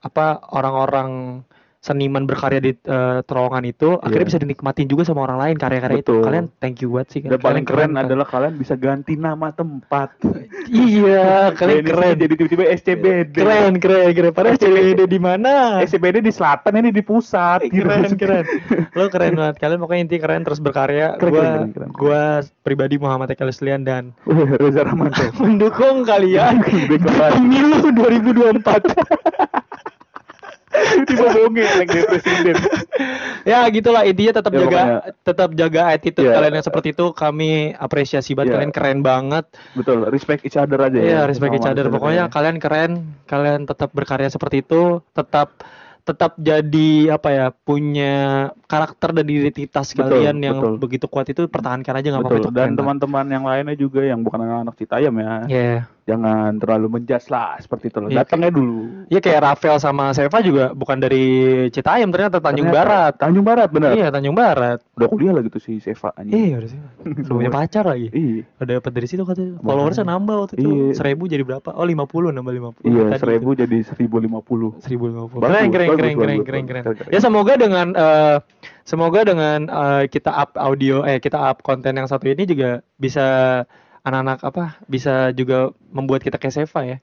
A: apa orang-orang seniman berkarya di eh, terowongan itu akhirnya
B: Iya.
A: bisa dinikmatin juga sama orang lain karya-karya itu.
B: Betul.
A: Kalian thank you buat sih.
B: dan
A: kalian
B: paling keren,
A: kan.
B: adalah kalian bisa ganti nama tempat [laughs]
A: Iya, kalian
B: Kayak di sini
A: keren.
B: jadi tiba-tiba SCBD
A: Keren, keren, keren.
B: [laughs]
A: Padahal CBD di mana?
B: SCBD di selatan ini di pusat gitu.
A: Keren,
B: [laughs]
A: keren. Lo keren banget. Kalian pokoknya inti keren terus berkarya.
B: Keren,
A: gua
B: keren, keren, keren.
A: gua pribadi Muhammad Eka Leslian dan
B: Reza Ramanto.
A: mendukung kalian
B: Bego banget.
A: pemilu 2024.
B: Tiba bonge like dia presiden.
A: ya gitulah intinya tetap
B: Ya,
A: jaga
B: pokoknya-
A: tetap jaga attitude
B: Ya.
A: kalian yang seperti itu kami apresiasi banget
B: Ya.
A: kalian keren banget
B: Betul, respect each other aja ya.
A: Iya, respect each other. Pokoknya kalian keren, kalian tetap berkarya seperti itu, tetap tetap jadi apa ya, punya karakter dan identitas
B: Betul,
A: kalian yang
B: betul.
A: begitu kuat itu pertahankan aja nggak apa-apa
B: Betul.
A: itu keren
B: Dan
A: banget.
B: teman-teman yang lainnya juga yang bukan anak-anak Citayam ya.
A: Iya.
B: Jangan terlalu menjas lah seperti itu. loh.
A: Iya,
B: Datangnya dulu.
A: Iya kayak Rafael sama Seva juga bukan dari Citayam ternyata Tanjung
B: Ternyata-
A: Barat.
B: Tanjung Barat bener.
A: Iya, Tanjung Barat.
B: Udah kuliah lagi tuh si Seva anjing.
A: Iya, udah sih. Udah punya pacar lagi.
B: Iya.
A: Udah dapat dari situ katanya. Followersnya nambah waktu itu.
B: Iya.
A: Seribu jadi berapa? Oh, 50 nambah 50.
B: Iya,
A: Tadi itu.
B: seribu jadi seribu lima puluh.
A: 1050.
B: Bagus,
A: Keren, keren,
B: bagus,
A: keren,
B: bagus,
A: keren,
B: bagus,
A: keren, keren.
B: bagus, keren.
A: Ya semoga dengan eh, semoga dengan eh, kita up audio eh kita up konten yang satu ini juga bisa anak-anak apa bisa juga membuat kita kayak Seva ya.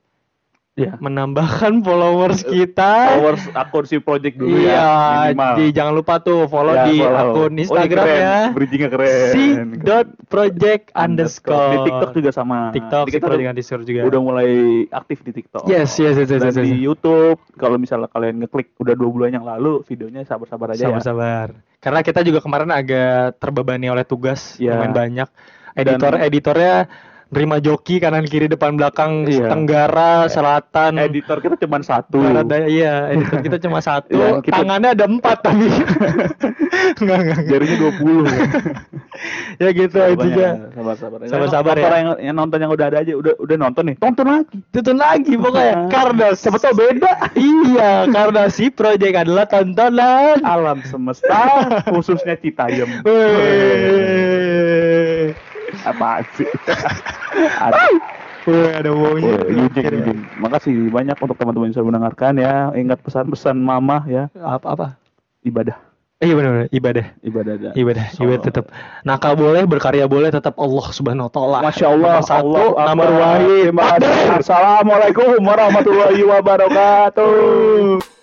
B: Iya.
A: Menambahkan followers kita.
B: Followers akun si project dulu
A: Iya,
B: ya. minimal.
A: di- jangan lupa tuh follow
B: Ya,
A: di
B: follow. Oh,
A: akun
B: ini
A: Instagram
B: keren.
A: ya.
B: Bridging-nya keren.
A: Si dot project underscore.
B: Di TikTok juga sama.
A: TikTok
B: Jadi
A: si
B: kita
A: project underscore juga.
B: udah mulai aktif di TikTok.
A: Yes, yes, yes, yes,
B: Dan
A: yes, yes.
B: di YouTube, kalau misalnya kalian ngeklik udah dua bulan yang lalu, videonya sabar-sabar aja ya.
A: Sabar-sabar. Karena kita juga kemarin agak terbebani oleh tugas
B: Iya.
A: lumayan banyak.
B: Dan-
A: Editor editornya nerima joki kanan kiri depan belakang
B: Iya.
A: tenggara selatan
B: Editor kita cuma satu.
A: barat daya iya editor
B: [laughs]
A: kita cuma satu
B: Iya, kita-
A: tangannya ada empat
B: [laughs]
A: tapi enggak enggak enggak.
B: Jarinya [laughs] 20.
A: ya gitu intinya
B: Sabar-sabar. aja.
A: Sabar-sabar ya.
B: Orang yang, yang nonton yang udah ada aja, udah udah nonton nih. Tonton lagi.
A: tonton lagi pokoknya
B: Nah.
A: karena siapa tau beda [laughs] iya karena si project adalah tontonan
B: Alam semesta, khususnya Citayam.
A: [laughs] Wih.
B: Apa sih? [laughs] Ada.
A: Wih, ada wongnya
B: Oh,
A: tuh.
B: Yujing, Yujing. Makasih banyak untuk teman-teman yang sudah mendengarkan ya. Ingat pesan-pesan mama ya,
A: apa apa
B: ibadah,
A: Eh, Iya benar ibadah.
B: ibadah. dah.
A: Ibadah,
B: Insya
A: ibadah
B: Allah.
A: tetap. Nakal boleh, berkarya boleh, tetap Allah Subhanahu wa taala.
B: Masya Allah,
A: Nomor satu,
B: Allah Akbar.
A: nomor wahid.
B: Terima kasih. Assalamualaikum warahmatullahi wabarakatuh.